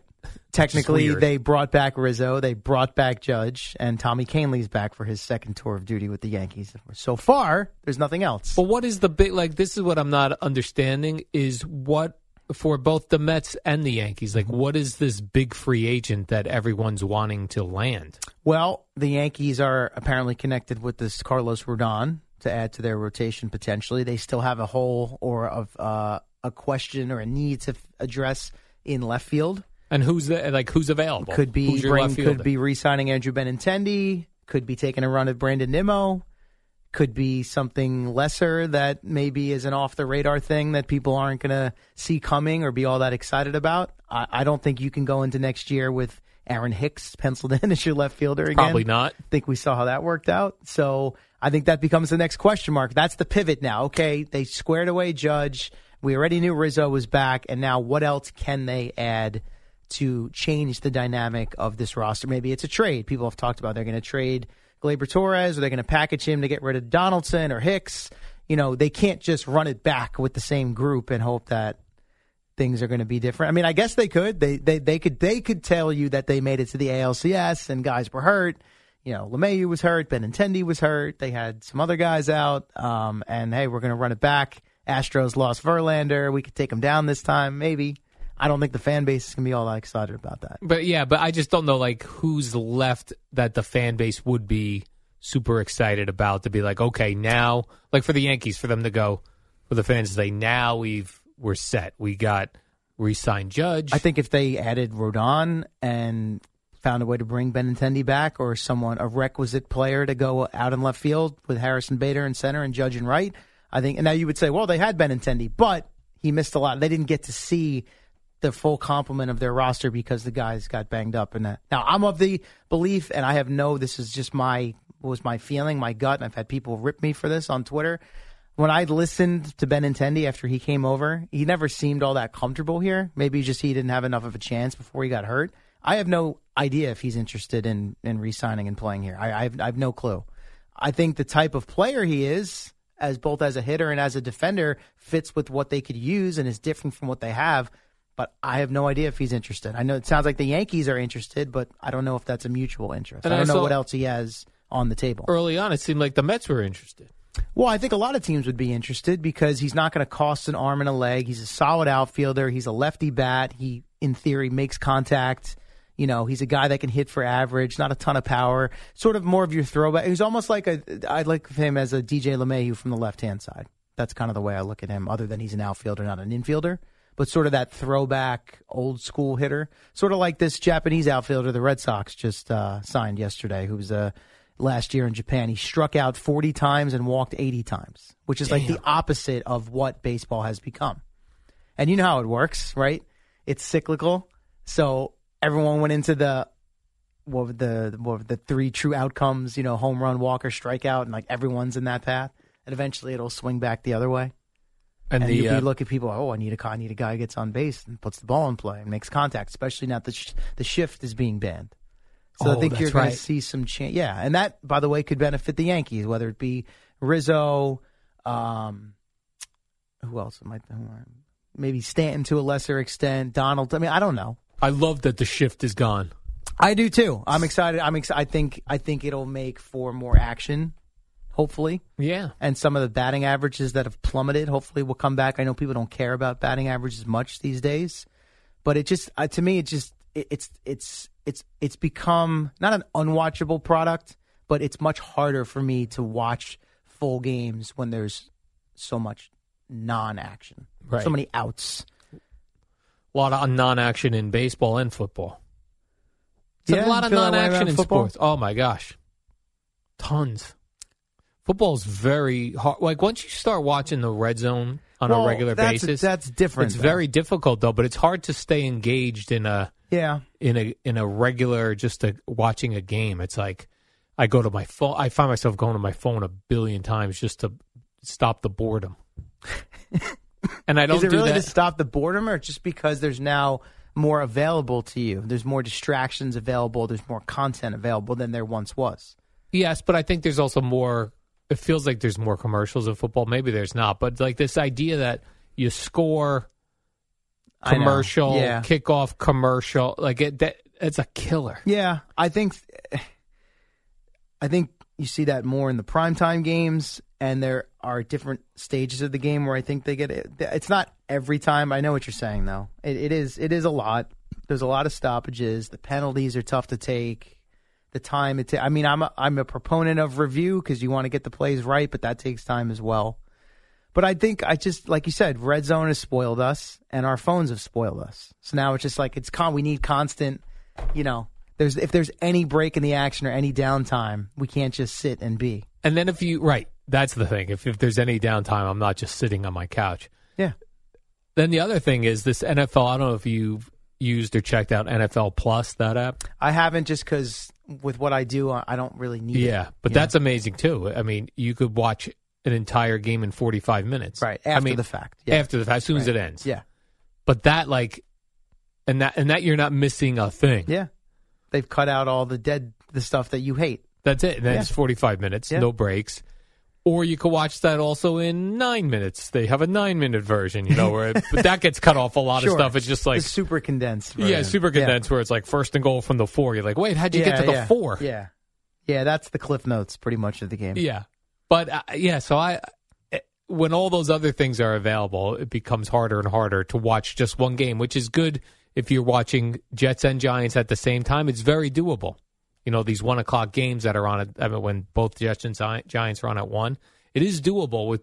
I: Technically,
C: weird.
I: they brought back Rizzo, they brought back Judge, and Tommy Canley's back for his second tour of duty with the Yankees. So far, there's nothing else.
C: But what is the big like? This is what I'm not understanding is what for both the Mets and the Yankees. Like, what is this big free agent that everyone's wanting to land?
I: Well, the Yankees are apparently connected with this Carlos Rodon to add to their rotation potentially. They still have a hole or of uh, a question or a need to f- address in left field.
C: And who's the like who's available?
I: Could be
C: Who's your
I: bring,
C: left fielder?
I: could be re-signing Andrew Benintendi. Could be taking a run at Brandon Nimmo. Could be something lesser that maybe is an off the radar thing that people aren't going to see coming or be all that excited about. I, I don't think you can go into next year with Aaron Hicks penciled in as your left fielder again.
C: Probably not.
I: think we saw how that worked out. So I think that becomes the next question mark. That's the pivot now. Okay, they squared away Judge. We already knew Rizzo was back, and now what else can they add to change the dynamic of this roster? Maybe it's a trade. People have talked about they're going to trade Glaber Torres, or they're going to package him to get rid of Donaldson or Hicks. You know, they can't just run it back with the same group and hope that things are going to be different. I mean, I guess they could. They they they could they could tell you that they made it to the ALCS and guys were hurt. You know, LeMayu was hurt, Benintendi was hurt. They had some other guys out. Um, and hey, we're going to run it back. Astros lost Verlander. We could take him down this time, maybe. I don't think the fan base is going to be all that excited about that.
C: But yeah, but I just don't know like who's left that the fan base would be super excited about to be like, okay, now like for the Yankees, for them to go for the fans to say, now we've we're set. We got re-signed Judge.
I: I think if they added Rodon and found a way to bring Benintendi back or someone, a requisite player to go out in left field with Harrison Bader in center and Judge in right, I think. And now you would say, well, they had Benintendi, but he missed a lot. They didn't get to see the full complement of their roster because the guys got banged up. And uh, now I'm of the belief, and I have no. This is just my was my feeling, my gut, and I've had people rip me for this on Twitter. When I listened to Benintendi after he came over, he never seemed all that comfortable here. Maybe just he didn't have enough of a chance before he got hurt. I have no idea if he's interested in in re-signing and playing here. I I have, I have no clue. I think the type of player he is, as both as a hitter and as a defender, fits with what they could use and is different from what they have. But I have no idea if he's interested. I know it sounds like the Yankees are interested, but I don't know if that's a mutual interest.
C: And
I: I don't
C: I
I: know
C: saw-
I: what else he has on the table.
C: Early on, it seemed like the Mets were interested.
I: Well, I think a lot of teams would be interested because he's not going to cost an arm and a leg. He's a solid outfielder. He's a lefty bat. He, in theory, makes contact. You know, he's a guy that can hit for average, not a ton of power. Sort of more of your throwback. He's almost like a. I'd like him as a DJ LeMahieu from the left hand side. That's kind of the way I look at him. Other than he's an outfielder, not an infielder, but sort of that throwback old school hitter. Sort of like this Japanese outfielder the Red Sox just uh, signed yesterday, who's a last year in Japan. He struck out 40 times and walked 80 times, which is like the opposite of what baseball has become. And you know how it works, right? It's cyclical. So everyone went into the what were the what were the three true outcomes, you know, home run, walk or strikeout, and like everyone's in that path. And eventually it'll swing back the other way. And,
C: And the,
I: you, you
C: uh,
I: look at people, oh, I need a guy, I need a guy who gets on base and puts the ball in play and makes contact, especially now that the, sh- the shift is being banned. So I
C: Oh,
I: think
C: that's
I: you're going
C: right.
I: to see some change. Yeah, and that, by the way, could benefit the Yankees, whether it be Rizzo, um, who else might maybe Stanton to a lesser extent, Donald. I mean, I don't know.
C: I love that the shift is gone.
I: I do too. I'm excited. I'm excited. I think I think it'll make for more action, hopefully.
C: Yeah.
I: And some of the batting averages that have plummeted, hopefully, will come back. I know people don't care about batting averages much these days, but it just uh, to me, it just it, it's it's it's it's become not an unwatchable product, but it's much harder for me to watch full games when there's so much non-action,
C: Right.
I: so many outs.
C: A lot of non-action in baseball and football. It's
I: Yeah,
C: a lot
I: you
C: of
I: feel that way
C: non-action
I: about
C: in
I: football?
C: sports. Oh my gosh, tons. Football's very hard. Like once you start watching the red zone on
I: Well,
C: a regular
I: that's-
C: basis,
I: that's different,
C: It's
I: though.
C: very difficult though, but it's hard to stay engaged in a
I: Yeah.
C: in a in a regular just a, watching a game. It's like I go to my phone. I find myself going to my phone a billion times just to stop the boredom. and I don't
I: Is it
C: do
I: really
C: that.
I: to stop the boredom, or just because there's now more available to you? There's more distractions available. There's more content available than there once was.
C: Yes, but I think there's also more. It feels like there's more commercials in football. Maybe there's not, but like this idea that you score
I: I know.
C: commercial,
I: Yeah.
C: kickoff commercial, like it, that it's a killer.
I: Yeah, I think, I think you see that more in the primetime games, and there are different stages of the game where I think they get it. It's not every time. I know what you're saying, though. It, it is. It is a lot. There's a lot of stoppages. The penalties are tough to take. The time it. Ta- I mean, I'm a, I'm a proponent of review because you want to get the plays right, but that takes time as well. But I think I just like you said, red zone has spoiled us, and our phones have spoiled us. So now it's just like it's con. We need constant. You know, there's if there's any break in the action or any downtime, we can't just sit and be.
C: And then if you right, that's the thing. If if there's any downtime, I'm not just sitting on my couch.
I: Yeah.
C: Then the other thing is this NFL. I don't know if you've used or checked out NFL Plus that app.
I: I haven't just because with what I do, I I don't really need. it,
C: Yeah, but
I: you know?
C: that's amazing too. I mean, you could watch an entire game in 45 minutes.
I: Right,
C: I
I: after
C: mean,
I: the fact, yeah.
C: After the fact, as soon as
I: Right.
C: it ends.
I: Yeah.
C: But that like and that and that you're not missing a thing.
I: Yeah. They've cut out all the dead the stuff that you hate.
C: That's it. And then
I: Yeah.
C: it's 45 minutes,
I: Yeah.
C: no breaks. Or you could watch that also in 9 minutes. They have a 9-minute version, you know, where it, but that gets cut off a lot
I: Sure.
C: of stuff. It's just like
I: the super condensed.
C: yeah,
I: version.
C: super condensed where it's like first and goal from the 4. You're like, "Wait, how'd you get
I: Yeah,
C: to the
I: yeah,
C: 4?"
I: Yeah, yeah, that's the cliff notes pretty much of the game.
C: Yeah, but uh, yeah, so I it- when all those other things are available, it becomes harder and harder to watch just one game, which is good if you're watching Jets and Giants at the same time. It's very doable. You know these one o'clock games that are on at I mean, when both Jets and Gi- Giants are on at one, it is doable with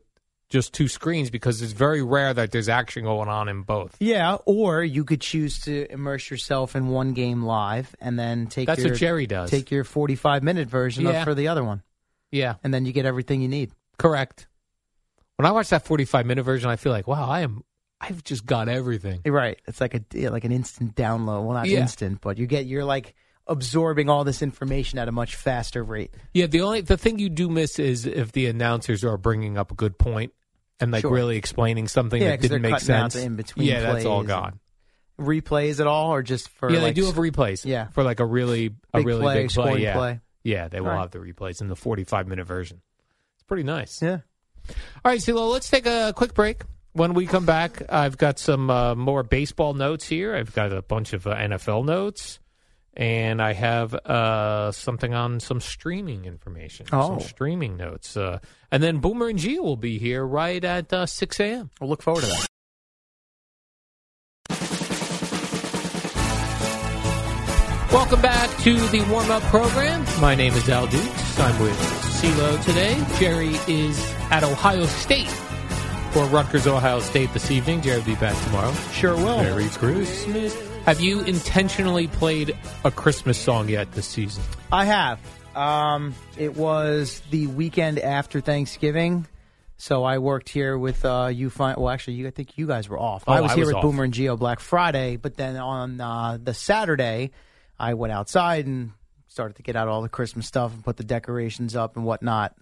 C: just two screens because it's very rare that there's action going on in both.
I: Yeah, or you could choose to immerse yourself in one game live and then take
C: That's
I: your,
C: what Jerry does.
I: Take your forty-five minute version
C: Yeah.
I: up for the other one,
C: Yeah,
I: and then you get everything you need.
C: correct. When I watch that forty-five minute version, I feel like, wow, I am, I've just got everything.
I: Eh, Right? It's like a yeah, like an instant download. Well, not
C: Yeah.
I: instant, but you get you're like absorbing all this information at a much faster rate.
C: Yeah, the only the thing you do miss is if the announcers are bringing up a good point and like
I: Sure.
C: really explaining something
I: Yeah,
C: that
I: 'cause they're
C: didn't make
I: cutting out
C: sense
I: the in-between
C: Yeah, that's all
I: plays
C: gone.
I: Replays at all, or just for
C: yeah, they
I: like,
C: do have replays.
I: yeah.
C: for like a really a
I: Big
C: really
I: play,
C: big play.
I: scoring
C: Yeah,
I: play.
C: yeah, they will
I: All right.
C: have the replays in the forty-five minute version. It's pretty nice.
I: yeah.
C: All right, Silo, let's take a quick break. When we come back, I've got some uh, more baseball notes here. I've got a bunch of uh, NFL notes. and I have uh, something on some streaming information,
I: Oh.
C: some streaming notes, uh, and then Boomer and G will be here right at uh, six a.m.
I: We'll look forward to that.
C: Welcome back to the warm up program. My name is Al Dukes. I'm with CeeLo today. Jerry is at Ohio State for Rutgers, Ohio State this evening. Jerry will be back tomorrow.
I: Sure will.
C: Merry Christmas. Have you intentionally played a Christmas song yet this season?
I: I have. Um, it was the weekend after Thanksgiving, so I worked here with uh, you. Find well, actually, you, I think you guys were off.
C: Oh,
I: I was
C: I
I: here
C: was
I: with
C: off.
I: Boomer and Geo Black Friday, but then on uh, the Saturday, I went outside and started to get out all the Christmas stuff and put the decorations up and whatnot.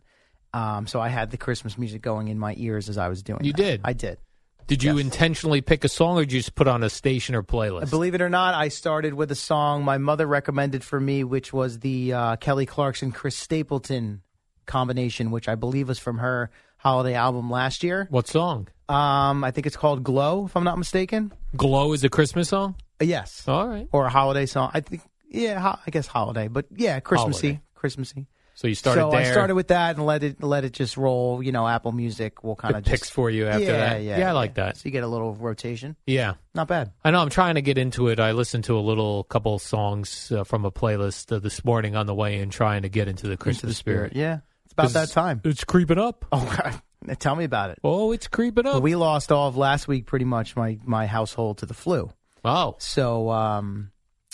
I: Um, so I had the Christmas music going in my ears as I was doing.
C: You
I: that.
C: did?
I: I did.
C: Did you intentionally pick a song or did you just put on a station or playlist?
I: Believe it or not, I started with a song my mother recommended for me, which was the uh, Kelly Clarkson Chris Stapleton combination, which I believe was from her holiday album last year.
C: What song?
I: Um, I think it's called Glow, if I'm not mistaken.
C: Glow is a Christmas song?
I: Uh, yes,
C: All right.
I: or a holiday song. I think, yeah, ho- I guess holiday, but yeah, Christmassy,
C: Holiday.
I: Christmassy.
C: So you started
I: so
C: there.
I: I started with that and let it let it just roll. You know, Apple Music will kind
C: It
I: of
C: picks for you after
I: yeah,
C: that.
I: Yeah,
C: Yeah, I like that.
I: So you get a little rotation.
C: Yeah.
I: Not bad.
C: I know I'm trying to get into it. I listened to a little couple songs uh, from a playlist uh, this morning on the way in, trying to get into the Christmas spirit.
I: Yeah, it's about that time.
C: It's creeping up.
I: Oh God, tell me about it.
C: Oh, it's creeping up.
I: We lost all of last week, pretty much my my household to the flu.
C: oh,
I: So um,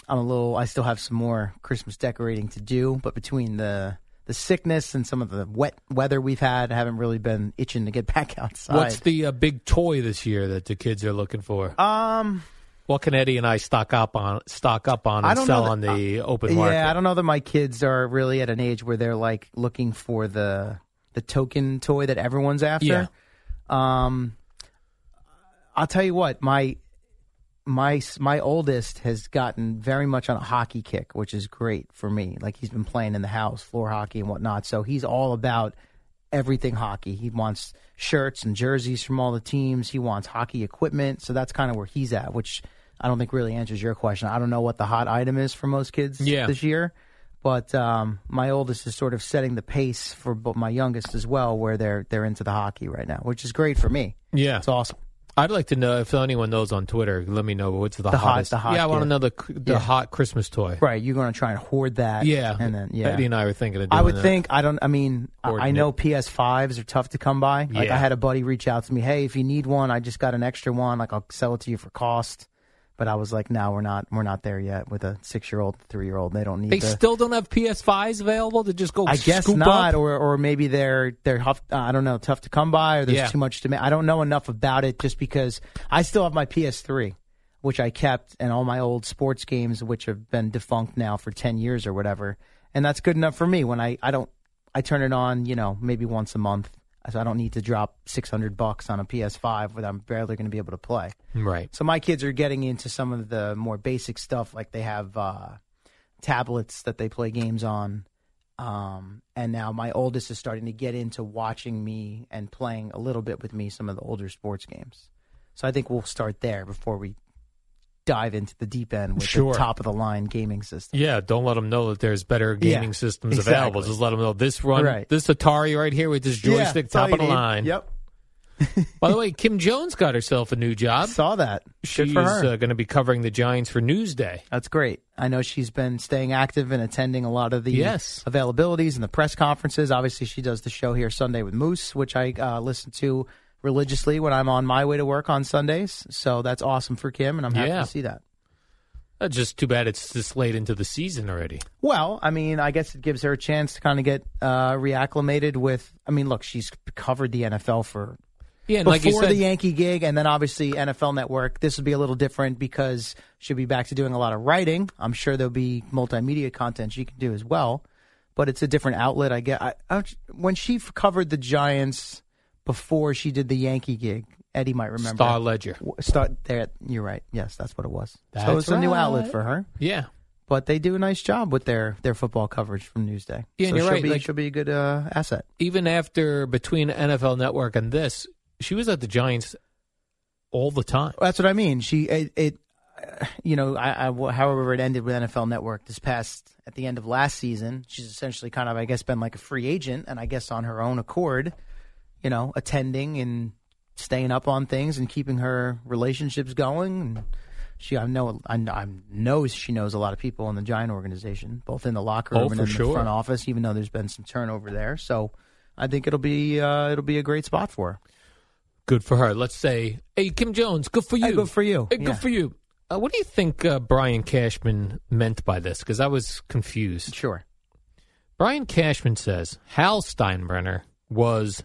I: I'm a little. I still have some more Christmas decorating to do, but between the the sickness and some of the wet weather we've had, I haven't really been itching to get back outside.
C: what's the uh, big toy this year that the kids are looking for?
I: um?
C: what can Eddie and I stock up on? Stock up on
I: I
C: and
I: don't
C: sell
I: know that-
C: on the open market?
I: Yeah, I don't know that my kids are really at an age where they're like looking for the the token toy that everyone's after.
C: Yeah.
I: Um, I'll tell you what, my my my oldest has gotten very much on a hockey kick, which is great for me. Like he's been playing in the house, floor hockey and whatnot. So he's all about everything hockey. He wants shirts and jerseys from all the teams. He wants hockey equipment. So that's kind of where he's at, which I don't think really answers your question. I don't know what the hot item is for most kids
C: Yeah.
I: this year, but um, my oldest is sort of setting the pace for both my youngest as well, where they're they're into the hockey right now, which is great for me.
C: Yeah.
I: It's awesome.
C: I'd like to know if anyone knows on Twitter. Let me know what's the,
I: The hot-
C: hottest.
I: the hot,
C: yeah, I want
I: yeah.
C: to know the the
I: Yeah.
C: hot Christmas toy.
I: Right, you're going to try and hoard that.
C: Yeah,
I: and then yeah,
C: Eddie and I were thinking of. Doing
I: I would
C: that.
I: think I don't. I mean, I,
C: Or
I: I know PS5s are tough to come by. Like I
C: Yeah.
I: had a buddy reach out to me, hey, if you need one, I just got an extra one. Like I'll sell it to you for cost. But I was like, no, we're not. We're not there yet with a six-year-old, three-year-old. They don't need.
C: they
I: the,
C: still don't have PS5s available to just go.
I: I guess
C: scoop
I: not,
C: Up.
I: or or maybe they're they're huff, uh, I don't know tough to come by, or there's
C: Yeah.
I: too much demand. I don't know enough about it just because I still have my PS3, which I kept, and all my old sports games, which have been defunct now for ten years or whatever, and that's good enough for me. When I I don't I turn it on, you know, maybe once a month, so I don't need to drop six hundred bucks on a PS5 that I'm barely going to be able to play.
C: Right.
I: So my kids are getting into some of the more basic stuff, like they have uh, tablets that they play games on. Um, and now my oldest is starting to get into watching me and playing a little bit with me some of the older sports games. So I think we'll start there before we dive into the deep end with
C: Sure.
I: the top of the line gaming system.
C: Yeah, don't let them know that there's better
I: Yeah,
C: gaming systems
I: exactly.
C: available. Just let them know this run,
I: Right.
C: this Atari right here with this joystick
I: that's all
C: top
I: you
C: of the
I: need.
C: line.
I: Yep.
C: By the way, Kim Jones got herself a new job.
I: Saw that.
C: She's
I: Good for her.
C: uh, going to be covering the Giants for Newsday.
I: That's great. I know she's been staying active and attending a lot of the
C: Yes.
I: availabilities and the press conferences. Obviously, she does the show here Sunday with Moose, which I uh, listen to religiously when I'm on my way to work on Sundays. So that's awesome for Kim, and I'm happy
C: Yeah.
I: to see that.
C: Uh, just too bad it's this late into the season already.
I: Well, I mean, I guess it gives her a chance to kind of get uh, reacclimated with. I mean, look, she's covered the NFL for
C: Yeah, and
I: before
C: like you said,
I: the Yankee gig, and then obviously NFL Network. This would be a little different because she'll be back to doing a lot of writing. I'm sure there'll be multimedia content she can do as well, but it's a different outlet. I get. I, I, when she f- covered the Giants before she did the Yankee gig, Eddie might remember.
C: Star Ledger.
I: W- Start there. You're right. Yes, that's what it was. so
C: That's
I: it's a new outlet
C: right.
I: for her.
C: Yeah.
I: But they do a nice job with their, their football coverage from Newsday.
C: Yeah, and
I: so
C: you're
I: she'll
C: right,
I: Be,
C: like-
I: she'll be a good uh, asset.
C: Even after between NFL Network and this, she was at the Giants all the time.
I: That's what I mean. She it, it you know, I, I, however it ended with NFL Network this past at the end of last season, she's essentially kind of, I guess, been like a free agent, and I guess on her own accord, you know, attending and staying up on things and keeping her relationships going. And she, I know, I, kn- I know she knows a lot of people in the Giant organization, both in the locker room
C: Oh,
I: and
C: for
I: in the
C: sure.
I: front office. Even though there's been some turnover there, so I think it'll be uh, it'll be a great spot for her.
C: Good for her. Let's say, hey, Kim Jones, good for you.
I: good for you.
C: Hey, good
I: Yeah.
C: for you. Uh, what do you think uh, Brian Cashman meant by this? Because I was confused.
I: Sure.
C: Brian Cashman says Hal Steinbrenner was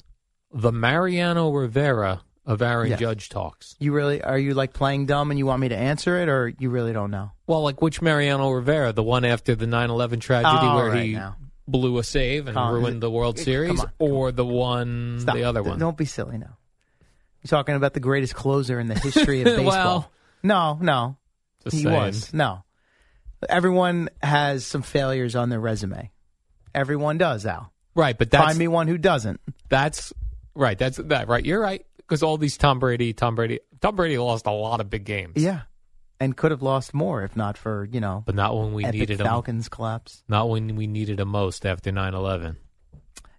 C: the Mariano Rivera of Aaron
I: Yes.
C: Judge talks.
I: You really are you like playing dumb and you want me to answer it, or you really don't know?
C: Well, like which Mariano Rivera? The one after the 9 11 tragedy
I: Oh,
C: where
I: right
C: he
I: now.
C: blew a save and
I: Colin,
C: ruined the World
I: come
C: Series?
I: on, come
C: or the one,
I: Stop.
C: Mm, the other one?
I: Don't be silly now. You're talking about the greatest closer in the history of baseball.
C: Well-
I: no, no.
C: Just
I: he
C: saying.
I: was. No. Everyone has some failures on their resume. Everyone does, Al.
C: Right, but that's
I: Find me one who doesn't.
C: That's right. That's that. Right. You're right. Because all these Tom Brady, Tom Brady, Tom Brady lost a lot of big games.
I: Yeah. And could have lost more if not for, you know,
C: But not when we
I: epic
C: needed him.
I: Falcons collapse.
C: Not when we needed him most after 9-11.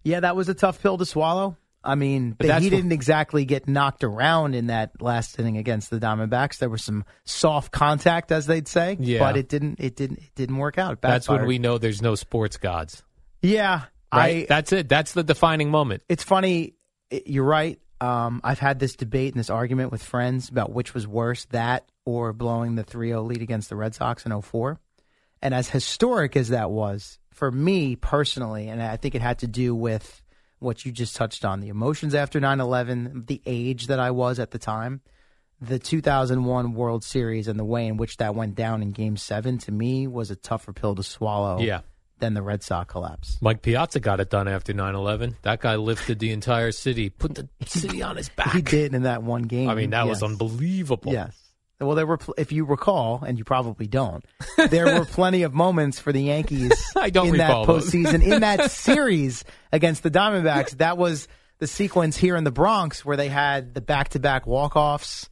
I: Yeah, that was a tough pill to swallow. I mean,
C: But
I: but
C: that's
I: he
C: what-
I: didn't exactly get knocked around in that last inning against the Diamondbacks. There was some soft contact, as they'd say,
C: Yeah.
I: but it didn't. It didn't. It didn't work out. It
C: That's when
I: backfired.
C: we know there's no sports gods.
I: Yeah,
C: Right.
I: I.
C: that's it. That's the defining moment.
I: It's funny. i- You're right. Um, I've had this debate and this argument with friends about which was worse, that or blowing the 3-0 lead against the Red Sox in 04. And as historic as that was for me personally, and I think it had to do with what you just touched on, the emotions after 9/11, the age that I was at the time, the 2001 World Series and the way in which that went down in game 7 to me was a tougher pill to swallow
C: Yeah.
I: than the Red Sox collapse.
C: Mike Piazza got it done after 9-11. That guy lifted the entire city, put the city on his back.
I: He did in that one game.
C: I mean, that was
I: Yes.
C: unbelievable.
I: Yes. Well, there were, pl- if you recall, and you probably don't, there were plenty of moments for the Yankees
C: I don't
I: in that
C: recall those.
I: postseason, in that series against the Diamondbacks. That was the sequence here in the Bronx where they had the back-to-back walk-offs.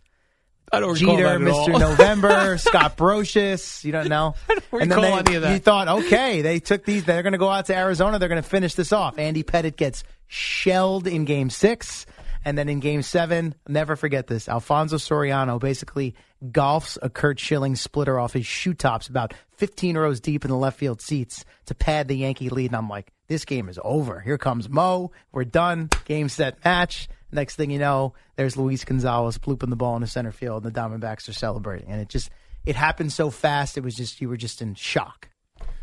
C: I don't recall
I: Jeter,
C: that at all.
I: Mr. November, Scott Brocious. You don't know.
C: don't
I: and then
C: recall
I: they,
C: any of that.
I: You thought, okay, they took these. They're going to go out to Arizona. They're going to finish this off. Andy Pettit gets shelled in Game Six, and then in Game Seven, never forget this. Alfonso Soriano basically golfs a Kurt Schilling splitter off his shoe tops about 15 rows deep in the left field seats to pad the Yankee lead. And I'm like, this game is over. Here comes Mo. We're done. Game set match. Next thing you know, there's Luis Gonzalez blooping the ball in the center field, and the Diamondbacks are celebrating. And it just it happened so fast. It was just you were just in shock.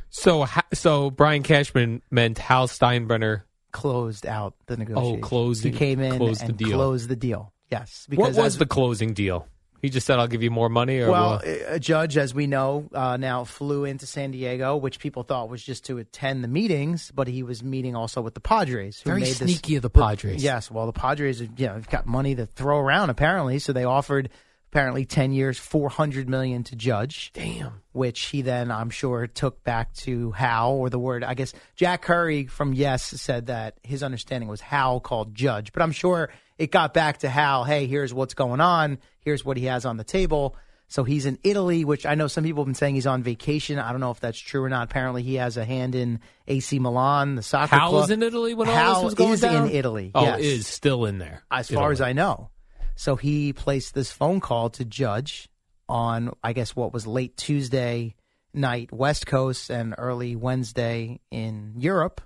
C: So, ha- so Brian Cashman meant Hal Steinbrenner.
I: Closed out the negotiation.
C: Oh, closed
I: He
C: the-
I: came in
C: closed the
I: and
C: deal.
I: closed the deal. Yes,
C: What was
I: as-
C: the closing deal? He just said, "I'll give you more money." Or
I: well,
C: what?
I: a judge, as we know, uh, now flew into San Diego, which people thought was just to attend the meetings, but he was meeting also with the Padres, who
C: Very
I: made this-
C: sneaky of the Padres.
I: Yes, well, the Padres, have, you know, have got money to throw around apparently, so they offered apparently ten years, four hundred million to Judge.
C: Damn.
I: Which he then, I'm sure, took back to Hal or the word. I guess Jack Curry from Yes said that his understanding was Hal called Judge, but I'm sure it got back to Hal. Hey, here's what's going on. Here's what he has on the table. So he's in Italy, which I know some people have been saying he's on vacation. I don't know if that's true or not. Apparently, he has a hand in AC Milan, the soccer
C: Hal
I: club.
C: was in Italy when all
I: Hal
C: this was going
I: is
C: down.
I: in Italy.
C: Oh,
I: yes
C: is still in there,
I: as far as
C: Italy.
I: I know. So he placed this phone call to Judge on, I guess, what was late Tuesday night West Coast and early Wednesday in Europe.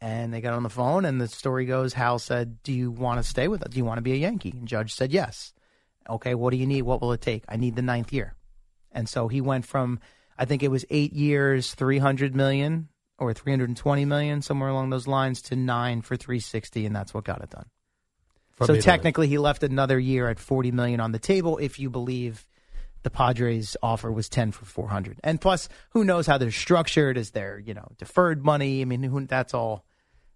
I: And they got on the phone, and the story goes Hal said, Do you want to stay with us? Do you want to be a Yankee? And Judge said, Yes. Okay, what do you need? What will it take? I need the ninth year. And so he went from, I think it was eight years, 300 million or 320 million, somewhere along those lines, to nine for 360, and that's what got it done
C: From
I: so
C: Italy.
I: technically, he left another year at forty million on the table. If you believe the Padres' offer was ten for four hundred, and plus, who knows how they're structured? Is there you know deferred money? I mean, who, that's all.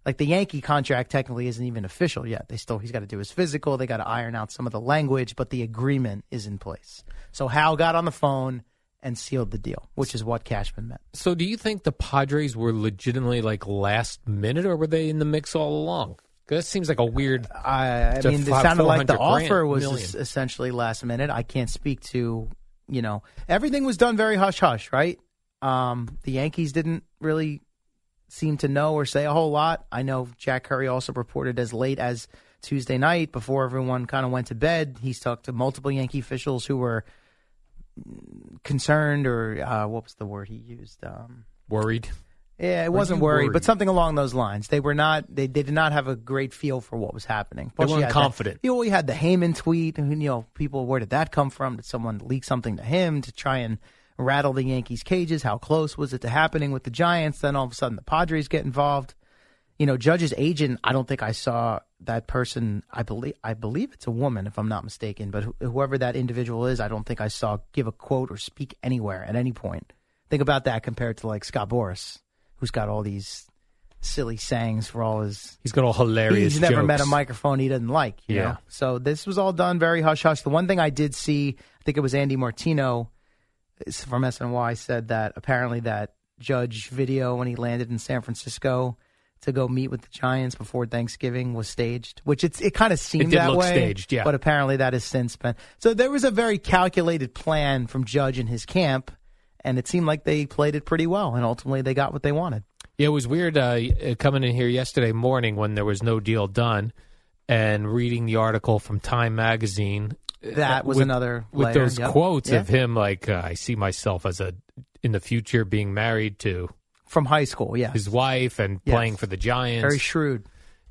I: Like the Yankee contract technically isn't even official yet. They still he's got to do his physical. They got to iron out some of the language, but the agreement is in place. So Hal got on the phone and sealed the deal, which is what Cashman meant.
C: So, do you think the Padres were legitimately like last minute, or were they in the mix all along? 'Cause that seems like a weird.
I: I, I
C: to
I: mean, it
C: fi-
I: sounded like the
C: 400 grand,
I: offer was
C: million.
I: es- essentially last minute. I can't speak to you know, everything was done very hush hush, right? Um, the Yankees didn't really seem to know or say a whole lot. I know Jack Curry also reported as late as Tuesday night before everyone kind of went to bed. He's talked to multiple Yankee officials who were concerned or uh, what was the word he used? Um,
C: worried.
I: Yeah,
C: Were
I: it wasn't
C: you
I: worried,
C: worried?
I: but something along those lines. They were not. They, they did not have a great feel for what was happening. Plus, you
C: weren't
I: had that-
C: confident.
I: you know, we had the Heyman tweet. And, you know, people, where did that come from? Did someone leak something to him to try and rattle the Yankees' cages? How close was it to happening with the Giants? Then all of a sudden, the Padres get involved. You know, Judge's agent. I don't think I saw that person. I believe I believe it's a woman, if I'm not mistaken. But wh- whoever that individual is, I don't think I saw give a quote or speak anywhere at any point. Think about that compared to like Scott Boris, who's got all these silly sayings for all his
C: He's got all hilarious.
I: He's never
C: jokes.
I: met a microphone he doesn't like. You
C: Yeah.
I: Know? So this was all done very hush hush. The one thing I did see, I think it was Andy Martino is from SNY said that apparently that judge video when he landed in San Francisco to go meet with the Giants before Thanksgiving was staged, which it's it kind of seemed
C: did
I: that
C: look
I: way.
C: staged, yeah.
I: But apparently that has since been so. There was a very calculated plan from Judge and his camp, and it seemed like they played it pretty well, and ultimately they got what they wanted.
C: Yeah, it was weird uh, y- coming in here yesterday morning when there was no deal done, and reading the article from Time Magazine.
I: That
C: uh,
I: was
C: with-
I: another
C: with
I: layer,
C: those
I: yep.
C: quotes
I: Yeah.
C: of him, like uh, I see myself as a in the future being married to
I: from high school, yeah,
C: his wife and
I: Yes.
C: playing for the Giants.
I: Very shrewd.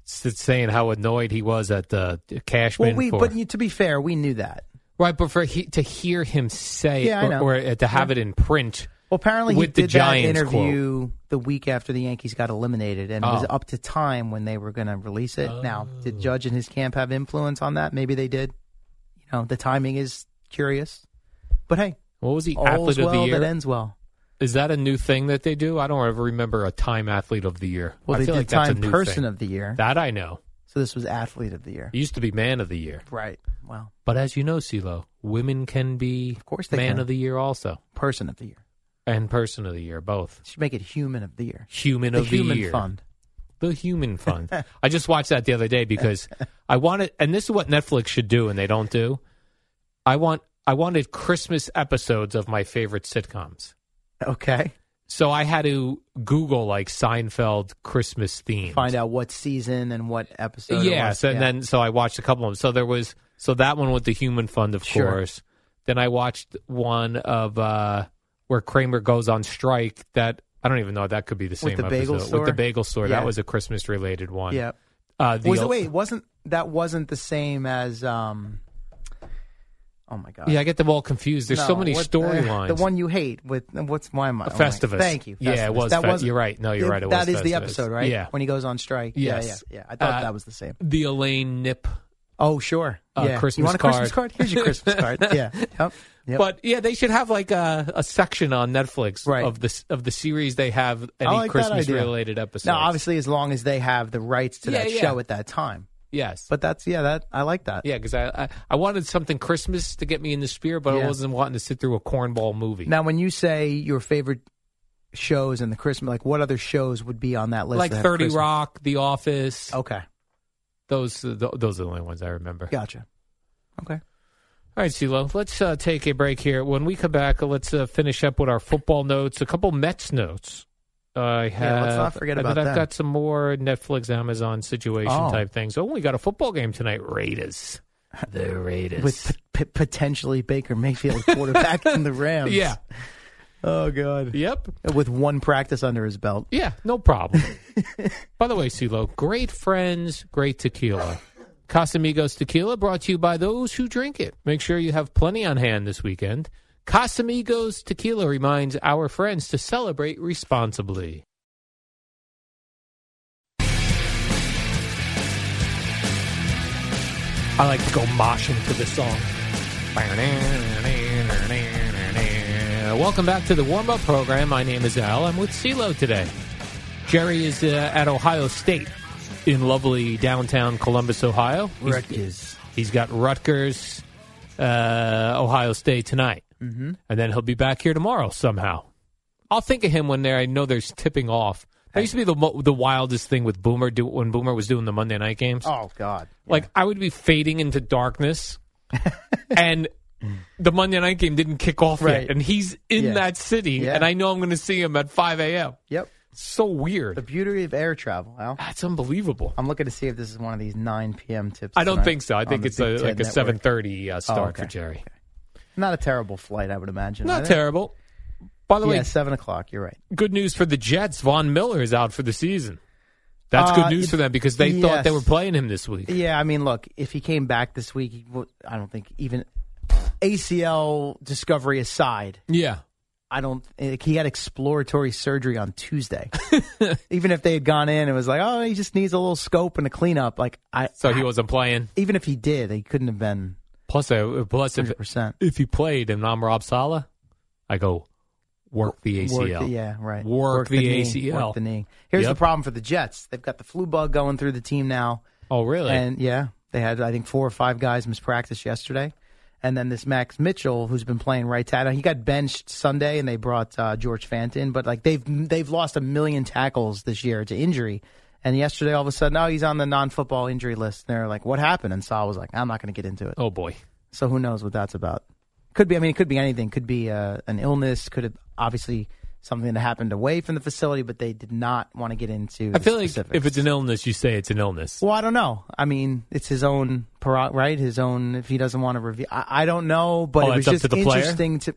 C: S- saying how annoyed he was at the the Cashman.
I: well, we
C: for,
I: but you, to be fair, we knew that.
C: right, but for he, to hear him say,
I: Yeah, I
C: or,
I: know.
C: or, uh, to have it in print.
I: Well, apparently
C: with
I: he did
C: the Giants
I: that
C: quote.
I: interview the week after the Yankees got eliminated, and it was
C: Oh.
I: up to time when they were going to release it. Now, did Judge and his camp have influence on that? Maybe they did. You know, the timing is curious, but hey,
C: What was he?
I: all's
C: Athlete of the
I: well
C: year.
I: that ends well.
C: Is that a new thing that they do? I don't ever remember a Time Athlete of the Year.
I: Well,
C: I
I: they
C: feel
I: did
C: like that's
I: Time
C: a new
I: Person
C: thing.
I: of the Year,
C: That I know.
I: so this was Athlete of the Year.
C: It used to be Man of the Year.
I: Right. Well,
C: But as you know, CeeLo, women can be of
I: course they
C: Man
I: can.
C: of the Year also
I: Person of the Year.
C: and Person of the Year, both.
I: Should make it Human of the Year.
C: Human
I: the
C: of
I: Human
C: the Year.
I: Fund.
C: The Human Fund. I just watched that the other day because I wanted, and this is what Netflix should do and they don't do. I want, I wanted Christmas episodes of my favorite sitcoms.
I: Okay.
C: So I had to Google like Seinfeld Christmas theme.
I: Find out what season and what episode. it
C: Yes,
I: was.
C: and
I: Yeah.
C: then so I watched a couple of them. So there was so that one with the Human Fund, of
I: Sure.
C: course. Then I watched one of uh where Kramer goes on strike. That I don't even know. That could be the same
I: With the
C: episode
I: bagel
C: with the
I: store?
C: bagel store.
I: Yeah.
C: That was a Christmas related one.
I: yeah.
C: Uh, the
I: was it,
C: o-
I: wait, wasn't that wasn't the same as um Oh my god.
C: Yeah, I get them all confused. There's so
I: No,
C: many
I: what the-
C: storylines.
I: The one you hate with what's oh my mind?
C: Festivus.
I: Thank you.
C: Yeah, it
I: Festivus.
C: was
I: That
C: Fe- you're right. No, you're right, it
I: that
C: was
I: is the
C: Festivus.
I: episode, right?
C: Yeah.
I: When he goes on strike.
C: Yes.
I: Yeah, yeah, yeah. I thought
C: Uh,
I: that was the same.
C: the Elaine Nip.
I: Oh, sure.
C: uh,
I: yeah.
C: Christmas
I: you want a Christmas card?
C: card.
I: Here's your Christmas card. Yeah. Yep. Yep.
C: But yeah, they should have like a, a section on Netflix
I: Right.
C: of the of the series they have
I: I
C: any
I: like that
C: Christmas
I: idea.
C: related episodes.
I: now, obviously, as long as they have the rights to
C: Yeah,
I: that
C: yeah.
I: show at that time.
C: yes.
I: But that's yeah, that I like that.
C: Yeah, because I, I I wanted something Christmas to get me in the spirit, but I
I: Yeah.
C: wasn't wanting to sit through a cornball movie.
I: Now, when you say your favorite shows in the Christmas, like what other shows would be on that list?
C: like
I: that have
C: Thirty
I: Christmas? Oh.
C: Rock, The Office,
I: Okay,
C: those uh, th- those are the only ones I remember.
I: gotcha. Okay.
C: All right, CeeLo, let's uh, take a break here. When we come back, uh, let's uh, finish up with our football notes, a couple Mets notes. I have,
I: Yeah, let's not forget
C: and
I: about
C: then I've
I: them.
C: got some more Netflix, Amazon situation
I: Oh.
C: type things. Oh, we got a football game tonight. Raiders, the Raiders.
I: With p- p- potentially Baker Mayfield quarterback in the Rams.
C: yeah,
I: Oh god.
C: yep.
I: With one practice under his belt.
C: Yeah, no problem. by the way, CeeLo, great friends, great tequila. Casamigos Tequila brought to you by those who drink it. Make sure you have plenty on hand this weekend. Casamigos Tequila reminds our friends to celebrate responsibly. I like to go moshing to the song. Welcome back to the warm up program. My name is Al. I'm with CeeLo today. Jerry is uh, at Ohio State in lovely downtown Columbus, Ohio. He's-
I: Rutgers.
C: he's got Rutgers, uh, Ohio State tonight. Mm-hmm. And then he'll be back here tomorrow somehow. I'll think of him when there. I know there's tipping off. That used to be the mo- the wildest thing with Boomer do, when Boomer was doing the Monday night games.
I: Oh god.
C: Like I would be fading into darkness, and the Monday night game didn't kick off
I: Right.
C: yet, and he's in
I: Yeah.
C: that city,
I: Yeah.
C: and I know I'm going to see him at 5 a.m.
I: Yep.
C: So weird.
I: The beauty of air travel, Al.
C: That's unbelievable.
I: I'm looking to see if this is one of these 9 p.m. tips.
C: I don't
I: tonight
C: think so. I
I: on
C: think
I: the
C: it's
I: Big
C: a,
I: Ten
C: like a
I: Network. Oh,
C: 7:30 uh, start
I: okay.
C: for Jerry.
I: Not a terrible flight, I would imagine.
C: Not
I: either.
C: terrible. By the
I: yeah,
C: way,
I: seven o'clock. You're right.
C: good news for the Jets. Von Miller is out for the season. That's
I: Uh,
C: good news for them because they thought they
I: yes.
C: were playing him this week.
I: Yeah, I mean, look, if he came back this week, he would- I don't think even ACL discovery aside,
C: Yeah.
I: I don't. Like, he had exploratory surgery on Tuesday. even if they had gone in and was like, oh, he just needs a little scope and a cleanup. Like I,
C: So he wasn't playing.
I: even if he did, he couldn't have been.
C: Plus, I, plus if,
I: 100%.
C: if he played and I'm Rob Sala, I go work the ACL.
I: Work the- yeah, right.
C: Work, the,
I: knee,
C: ACL.
I: work the knee. Here's the
C: Yep.
I: problem for the Jets. They've got the flu bug going through the team now.
C: Oh, really?
I: And yeah, they had I think four or five guys mispractice yesterday, and then this Max Mitchell who's been playing right tackle. He got benched Sunday, and they brought uh, George Fant in. But like they've they've lost a million tackles this year to injury. And yesterday, all of a sudden, oh, he's on the non-football injury list. And they're like, "What happened?" And Saul was like, "I'm not going to get into it."
C: oh boy.
I: So who knows what that's about? Could be. I mean, it could be anything. Could be uh, an illness. Could have obviously something that happened away from the facility, but they did not want to get into.
C: I
I: the
C: feel like
I: specifics.
C: if it's an illness, you say it's an illness.
I: Well, I don't know. I mean, it's his own, paro- right? His own. If he doesn't want to reveal, I, I don't know. But
C: Oh,
I: it was
C: that's up
I: just
C: to the player?
I: interesting to.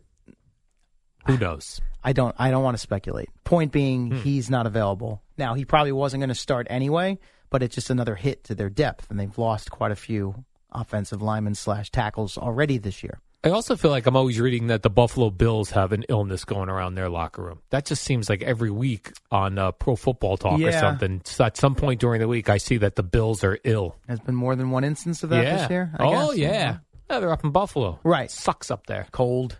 C: Who knows?
I: I don't. I don't want to speculate. Point being,
C: Hmm.
I: he's not available now. He probably wasn't going to start anyway. But it's just another hit to their depth, and they've lost quite a few offensive linemen slash tackles already this year.
C: I also feel like I'm always reading that the Buffalo Bills have an illness going around their locker room. That just seems like every week on uh, Pro Football Talk or
I: Yeah.
C: something. So at some point during the week, I see that the Bills are ill.
I: There's been more than one instance of that
C: yeah.
I: this year. I
C: oh
I: guess.
C: yeah. Yeah, they're up in Buffalo.
I: Right.
C: sucks up there.
I: Cold,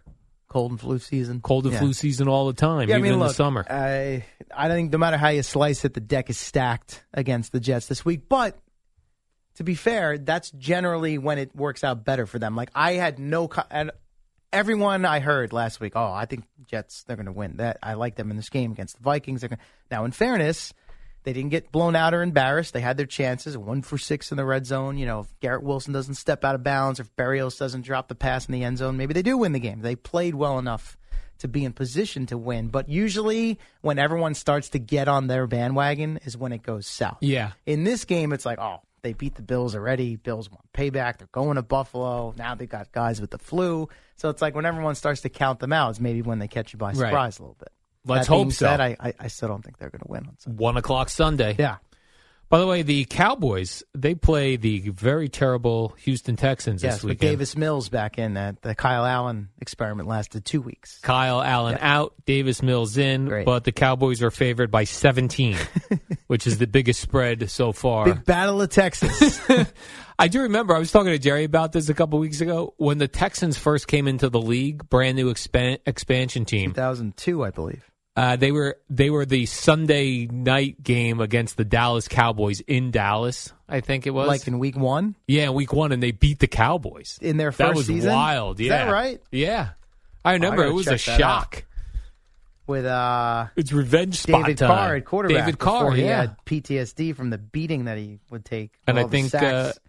I: cold and flu season.
C: Cold and
I: Yeah.
C: flu season all the time,
I: Yeah,
C: even
I: I mean,
C: in
I: look,
C: the summer.
I: I, I think no matter how you slice it, the deck is stacked against the Jets this week. But to be fair, that's generally when it works out better for them. Like I had no, co- and everyone I heard last week, oh, I think Jets they're going to win. That I like them in this game against the Vikings. They're gonna, now, in fairness, they didn't get blown out or embarrassed. They had their chances. One for six in the red zone. You know, if Garrett Wilson doesn't step out of bounds, if Barrios doesn't drop the pass in the end zone, maybe they do win the game. They played well enough to be in position to win. But usually, when everyone starts to get on their bandwagon, is when it goes south.
C: Yeah.
I: In this game, it's like, oh, they beat the Bills already. Bills want payback. They're going to Buffalo. Now they've got guys with the flu. So it's like when everyone starts to count them out, is maybe when they catch you by
C: Right.
I: surprise a little bit.
C: Let's
I: that being
C: hope so.
I: Said, I, I, I still don't think they're going to win on Sunday.
C: One o'clock Sunday.
I: Yeah.
C: By the way, the Cowboys they play the very terrible Houston Texans
I: Yes,
C: this
I: with
C: weekend.
I: Davis Mills back in that the Kyle Allen experiment lasted two weeks.
C: Kyle Allen out, Davis Mills in,
I: Great.
C: but the Cowboys are favored by 17, which is the biggest spread so far.
I: Big battle of Texas.
C: I do remember I was talking to Jerry about this a couple weeks ago when the Texans first came into the league, brand new expan- expansion team.
I: 2002, I believe.
C: Uh, they were they were the Sunday night game against the Dallas Cowboys in Dallas, I think it was.
I: Like in week one
C: yeah, week one, and they beat the Cowboys.
I: in their first
C: that was
I: season.
C: wild.
I: Is
C: Yeah,
I: that right? Oh,
C: Yeah, I remember
I: gotta
C: it was a
I: check that out.
C: shock.
I: With uh,
C: It's revenge spot
I: David
C: time.
I: Carr at quarterback.
C: David Carr,
I: before he
C: yeah.
I: had PTSD from the beating that he would take.
C: and
I: all
C: I think
I: the sacks.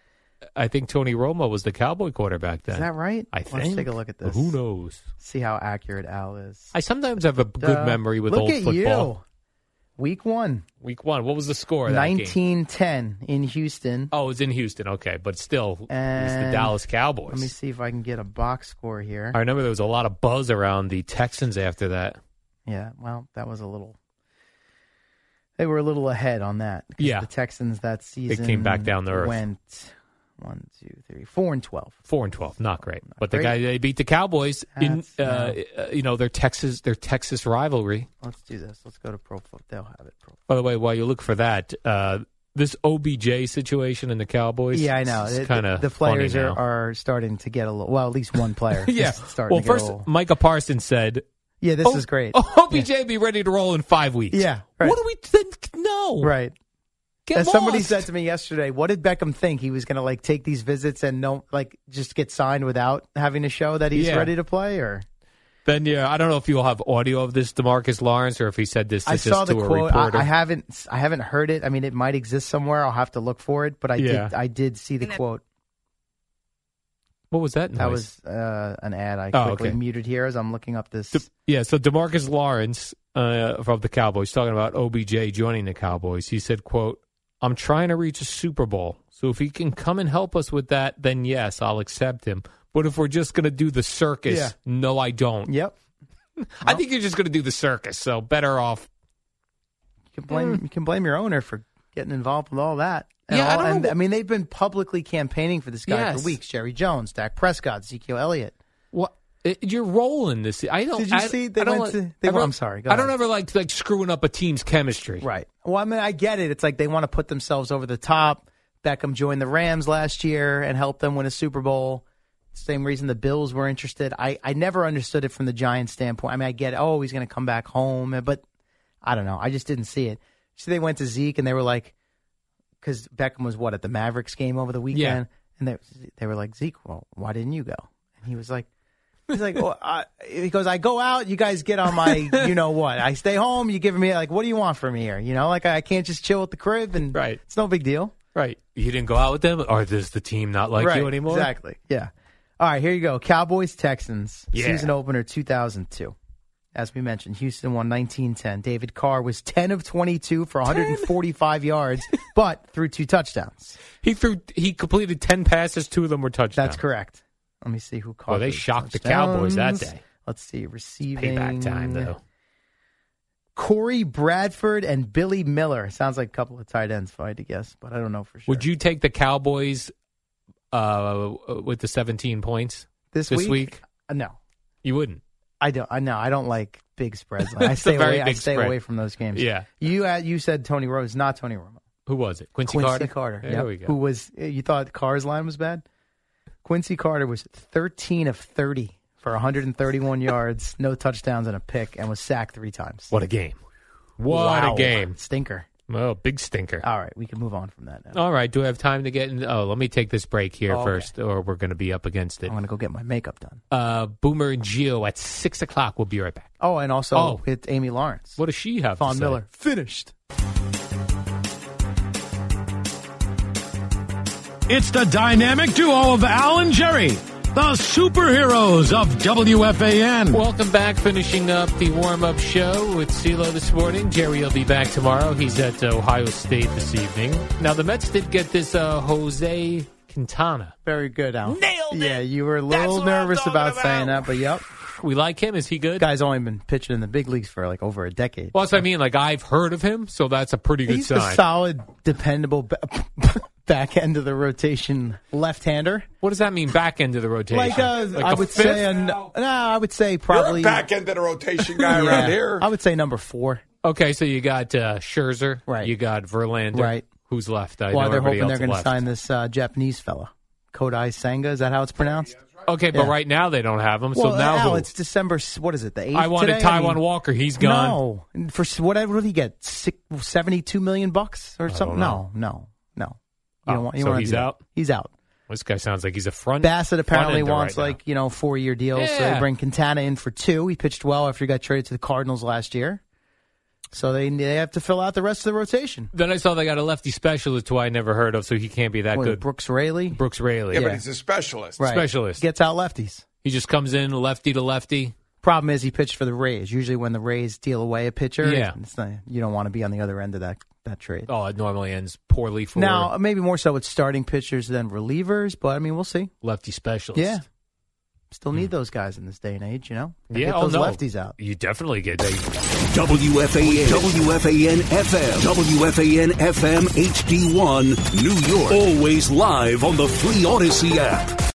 C: uh, I think Tony Romo was the Cowboy quarterback then.
I: is that right?
C: I think.
I: Let's take a look at this.
C: Who knows?
I: See how accurate Al is.
C: I sometimes have a good
I: Uh,
C: memory with
I: look
C: old
I: at
C: football.
I: You. Week one,
C: Week one. What was the score? of that game?
I: 1910 in Houston.
C: Oh, it was in Houston. Okay, but still, it was the
I: And-
C: Dallas Cowboys.
I: Let me see if I can get a box score here.
C: I remember there was a lot of buzz around the Texans after that.
I: Yeah, well, that was a little. They were a little ahead on that. 'cause
C: Yeah.
I: the Texans that
C: They
I: season
C: came back down to earth.
I: Went one, two, three, four and twelve.
C: Four and twelve, not great. but the
I: great.
C: guy they beat the Cowboys in,
I: That's-
C: uh, uh, you know, their Texas, their Texas rivalry.
I: Let's do this. Let's go to Pro Football. They'll have it. Pro
C: By the way, while you look for that, uh, this OBJ situation in the Cowboys.
I: yeah, I know. It-
C: It's kind of
I: the players are, are starting to get a little. Well, at least one player.
C: yeah.
I: is starting
C: Well,
I: to get a
C: first
I: little-
C: Micah Parsons said,
I: yeah, this
C: "Oh,
I: is great.
C: Oh, OBJ be ready to roll in five weeks.
I: Yeah, right.
C: What do we then? No.
I: right.
C: Get
I: As somebody
C: lost.
I: said to me yesterday, what did Beckham think he was going to like take these visits and no, like just get signed without having to show that he's
C: Yeah.
I: ready to play? Or
C: Then yeah, I don't know if you'll have audio of this Demarcus Lawrence or if he said this to,
I: I
C: just
I: saw the
C: to a
I: quote. I,
C: reporter.
I: I haven't, I haven't heard it. I mean, it might exist somewhere. I'll have to look for it. But I
C: Yeah.
I: did, I did see the quote.
C: What was that? Noise?
I: That was uh, an ad I
C: Oh,
I: quickly
C: okay.
I: muted here as I'm looking up this.
C: Yeah, so Demarcus Lawrence uh, from the Cowboys talking about OBJ joining the Cowboys. He said, "quote I'm trying to reach a Super Bowl, so if he can come and help us with that, then yes, I'll accept him. But if we're just going to do the circus,
I: Yeah.
C: no, I don't.
I: Yep.
C: I think you're just going to do the circus. So better off.
I: You can blame you can blame your owner for getting involved with all that. And
C: Yeah, I
I: all-
C: don't know
I: and,
C: what-
I: I mean, they've been publicly campaigning for this guy
C: Yes.
I: for weeks. Jerry Jones, Dak Prescott, Ezekiel Elliott.
C: What Uh, you're rolling this? I don't.
I: Did you
C: I,
I: see they
C: I don't
I: went
C: like-
I: to- they
C: I
I: went-
C: don't-
I: I'm sorry, go
C: I don't
I: ahead.
C: ever like like screwing up a team's chemistry.
I: Right. Well, I mean, I get it. It's like they want to put themselves over the top. Beckham joined the Rams last year and helped them win a Super Bowl. Same reason the Bills were interested. I, I never understood it from the Giants standpoint. I mean, I get, oh, he's going to come back home, but I don't know. I just didn't see it. So they went to Zeke and they were like, because Beckham was what, at the Mavericks game over the weekend? And they, they were like, Zeke, well, why didn't you go? And he was like, He's like, well, I, he goes, I go out, you guys get on my, you know what? I stay home, you give me like, what do you want from me here? You know, like I can't just chill at the crib, and right. it's no big deal.
C: Right. You didn't go out with them, or does the team not like
I: Right,
C: you anymore?
I: Exactly. Yeah. All right, here you go. Cowboys Texans
C: Yeah.
I: season opener 2002. As we mentioned, Houston won 19-10. David Carr was 10 of 22 for 145 yards, but threw two touchdowns.
C: He threw. He completed ten passes. Two of them were touchdowns.
I: That's correct. Let me see who caught.
C: Well, they
I: those
C: shocked the
I: touchdowns.
C: Cowboys that day.
I: Let's see. Receiving
C: Payback time though.
I: Corey Bradford and Billy Miller. Sounds like a couple of tight ends if I had to guess, but I don't know for sure.
C: Would you take the Cowboys uh, with the seventeen points
I: This
C: this
I: week?
C: week?
I: Uh, no,
C: You wouldn't.
I: I don't. I know. I don't like big spreads. Like, I
C: It's a
I: stay
C: very
I: away. I
C: big
I: stay
C: spread.
I: away from those games.
C: Yeah.
I: You uh, you said Tony Romo, not Tony Romo.
C: Who was it? Quincy,
I: Quincy
C: Carter.
I: Carter.
C: There
I: yep,
C: we go.
I: Who was? You thought Carr's line was bad? Quincy Carter was 13 of 30 for 131 yards, no touchdowns and a pick, and was sacked three times.
C: what a game! What
I: Wow.
C: a game!
I: Stinker.
C: Oh, big stinker.
I: All right, we can move on from that now.
C: All right. Do I have time to get in? Oh, let me take this break here
I: Okay.
C: first, or we're going to be up against it.
I: I'm gonna go get my makeup done.
C: Uh, Boomer and Geo at six o'clock. We'll be right back.
I: Oh, and also
C: Oh.
I: with Amy Lawrence.
C: What does she have? to
I: Von
C: say?
I: Miller finished.
G: It's the dynamic duo of Al and Jerry, the superheroes of WFAN.
C: Welcome back. Finishing up the warm up show with CeeLo this morning. Jerry will be back tomorrow. He's at Ohio State this evening. Now, the Mets did get this uh, Jose Quintana.
I: Very good, Al.
C: Nailed it!
I: Yeah, you were a
C: That's
I: little
C: what I'm
I: nervous
C: talking
I: about,
C: about.
I: saying that, but yep.
C: We like him. Is he good?
I: Guy's only been pitching in the big leagues for like over a decade.
C: Well, that's what I mean. Like, I've heard of him, so that's a pretty good
I: He's a
C: sign.
I: solid, dependable ba- back end of the rotation left-hander.
C: what does that mean, back end of the rotation?
I: Like, uh,
C: Like
I: I
C: a
I: would
C: fifth?
I: say, an, no, I would say probably
K: back end of the rotation guy
I: yeah,
K: around here.
I: I would say number four.
C: Okay, so you got uh, Scherzer.
I: Right.
C: You got Verlander.
I: Right.
C: Who's left? I
I: Why
C: know
I: they're
C: everybody
I: hoping they're
C: else
I: going to
C: left.
I: sign this uh, Japanese fella, Kodai Senga. Is that how it's pronounced?
C: Okay, but
I: Yeah.
C: right now they don't have him.
I: well,
C: so now
I: Al,
C: who?
I: it's December. s- What is it? The eighth.
C: I wanted
I: today?
C: Taiwan
I: mean-
C: Walker. He's gone.
I: No, for s- what? What did he get? Six, 72 million bucks or something? No,
C: know.
I: no, no. You
C: Oh,
I: don't want. You
C: so
I: don't wanna
C: he's
I: do that.
C: out?
I: He's out.
C: This guy sounds like he's a front.
I: Bassett apparently
C: front-ender
I: wants
C: right now.
I: like you know four year deals, so they
C: Yeah.
I: bring Quintana in for two. He pitched well after he got traded to the Cardinals last year, so they they have to fill out the rest of the rotation.
C: Then I saw they got a lefty specialist who I never heard of, so he can't be that
I: What,
C: good.
I: Brooks Raley,
C: Brooks Raley.
K: yeah,
I: yeah.
K: but he's a specialist.
I: right.
C: Specialist.
I: gets out lefties.
C: He just comes in lefty to lefty.
I: Problem is, he pitched for the Rays. Usually, when the Rays deal away a pitcher,
C: Yeah.
I: it's not, you don't want to be on the other end of that that trade.
C: Oh, it normally ends poorly for
I: Now, uh, maybe more so with starting pitchers than relievers, but I mean, we'll see.
C: lefty specialist.
I: Yeah. Still need those guys in this day and age, you know? Gotta
C: Yeah,
I: Get
C: oh,
I: those
C: no.
I: lefties out.
C: You definitely get that.
J: WFAN, WFAN FM, WFAN FM HD1, New York. Always live on the free Odyssey app.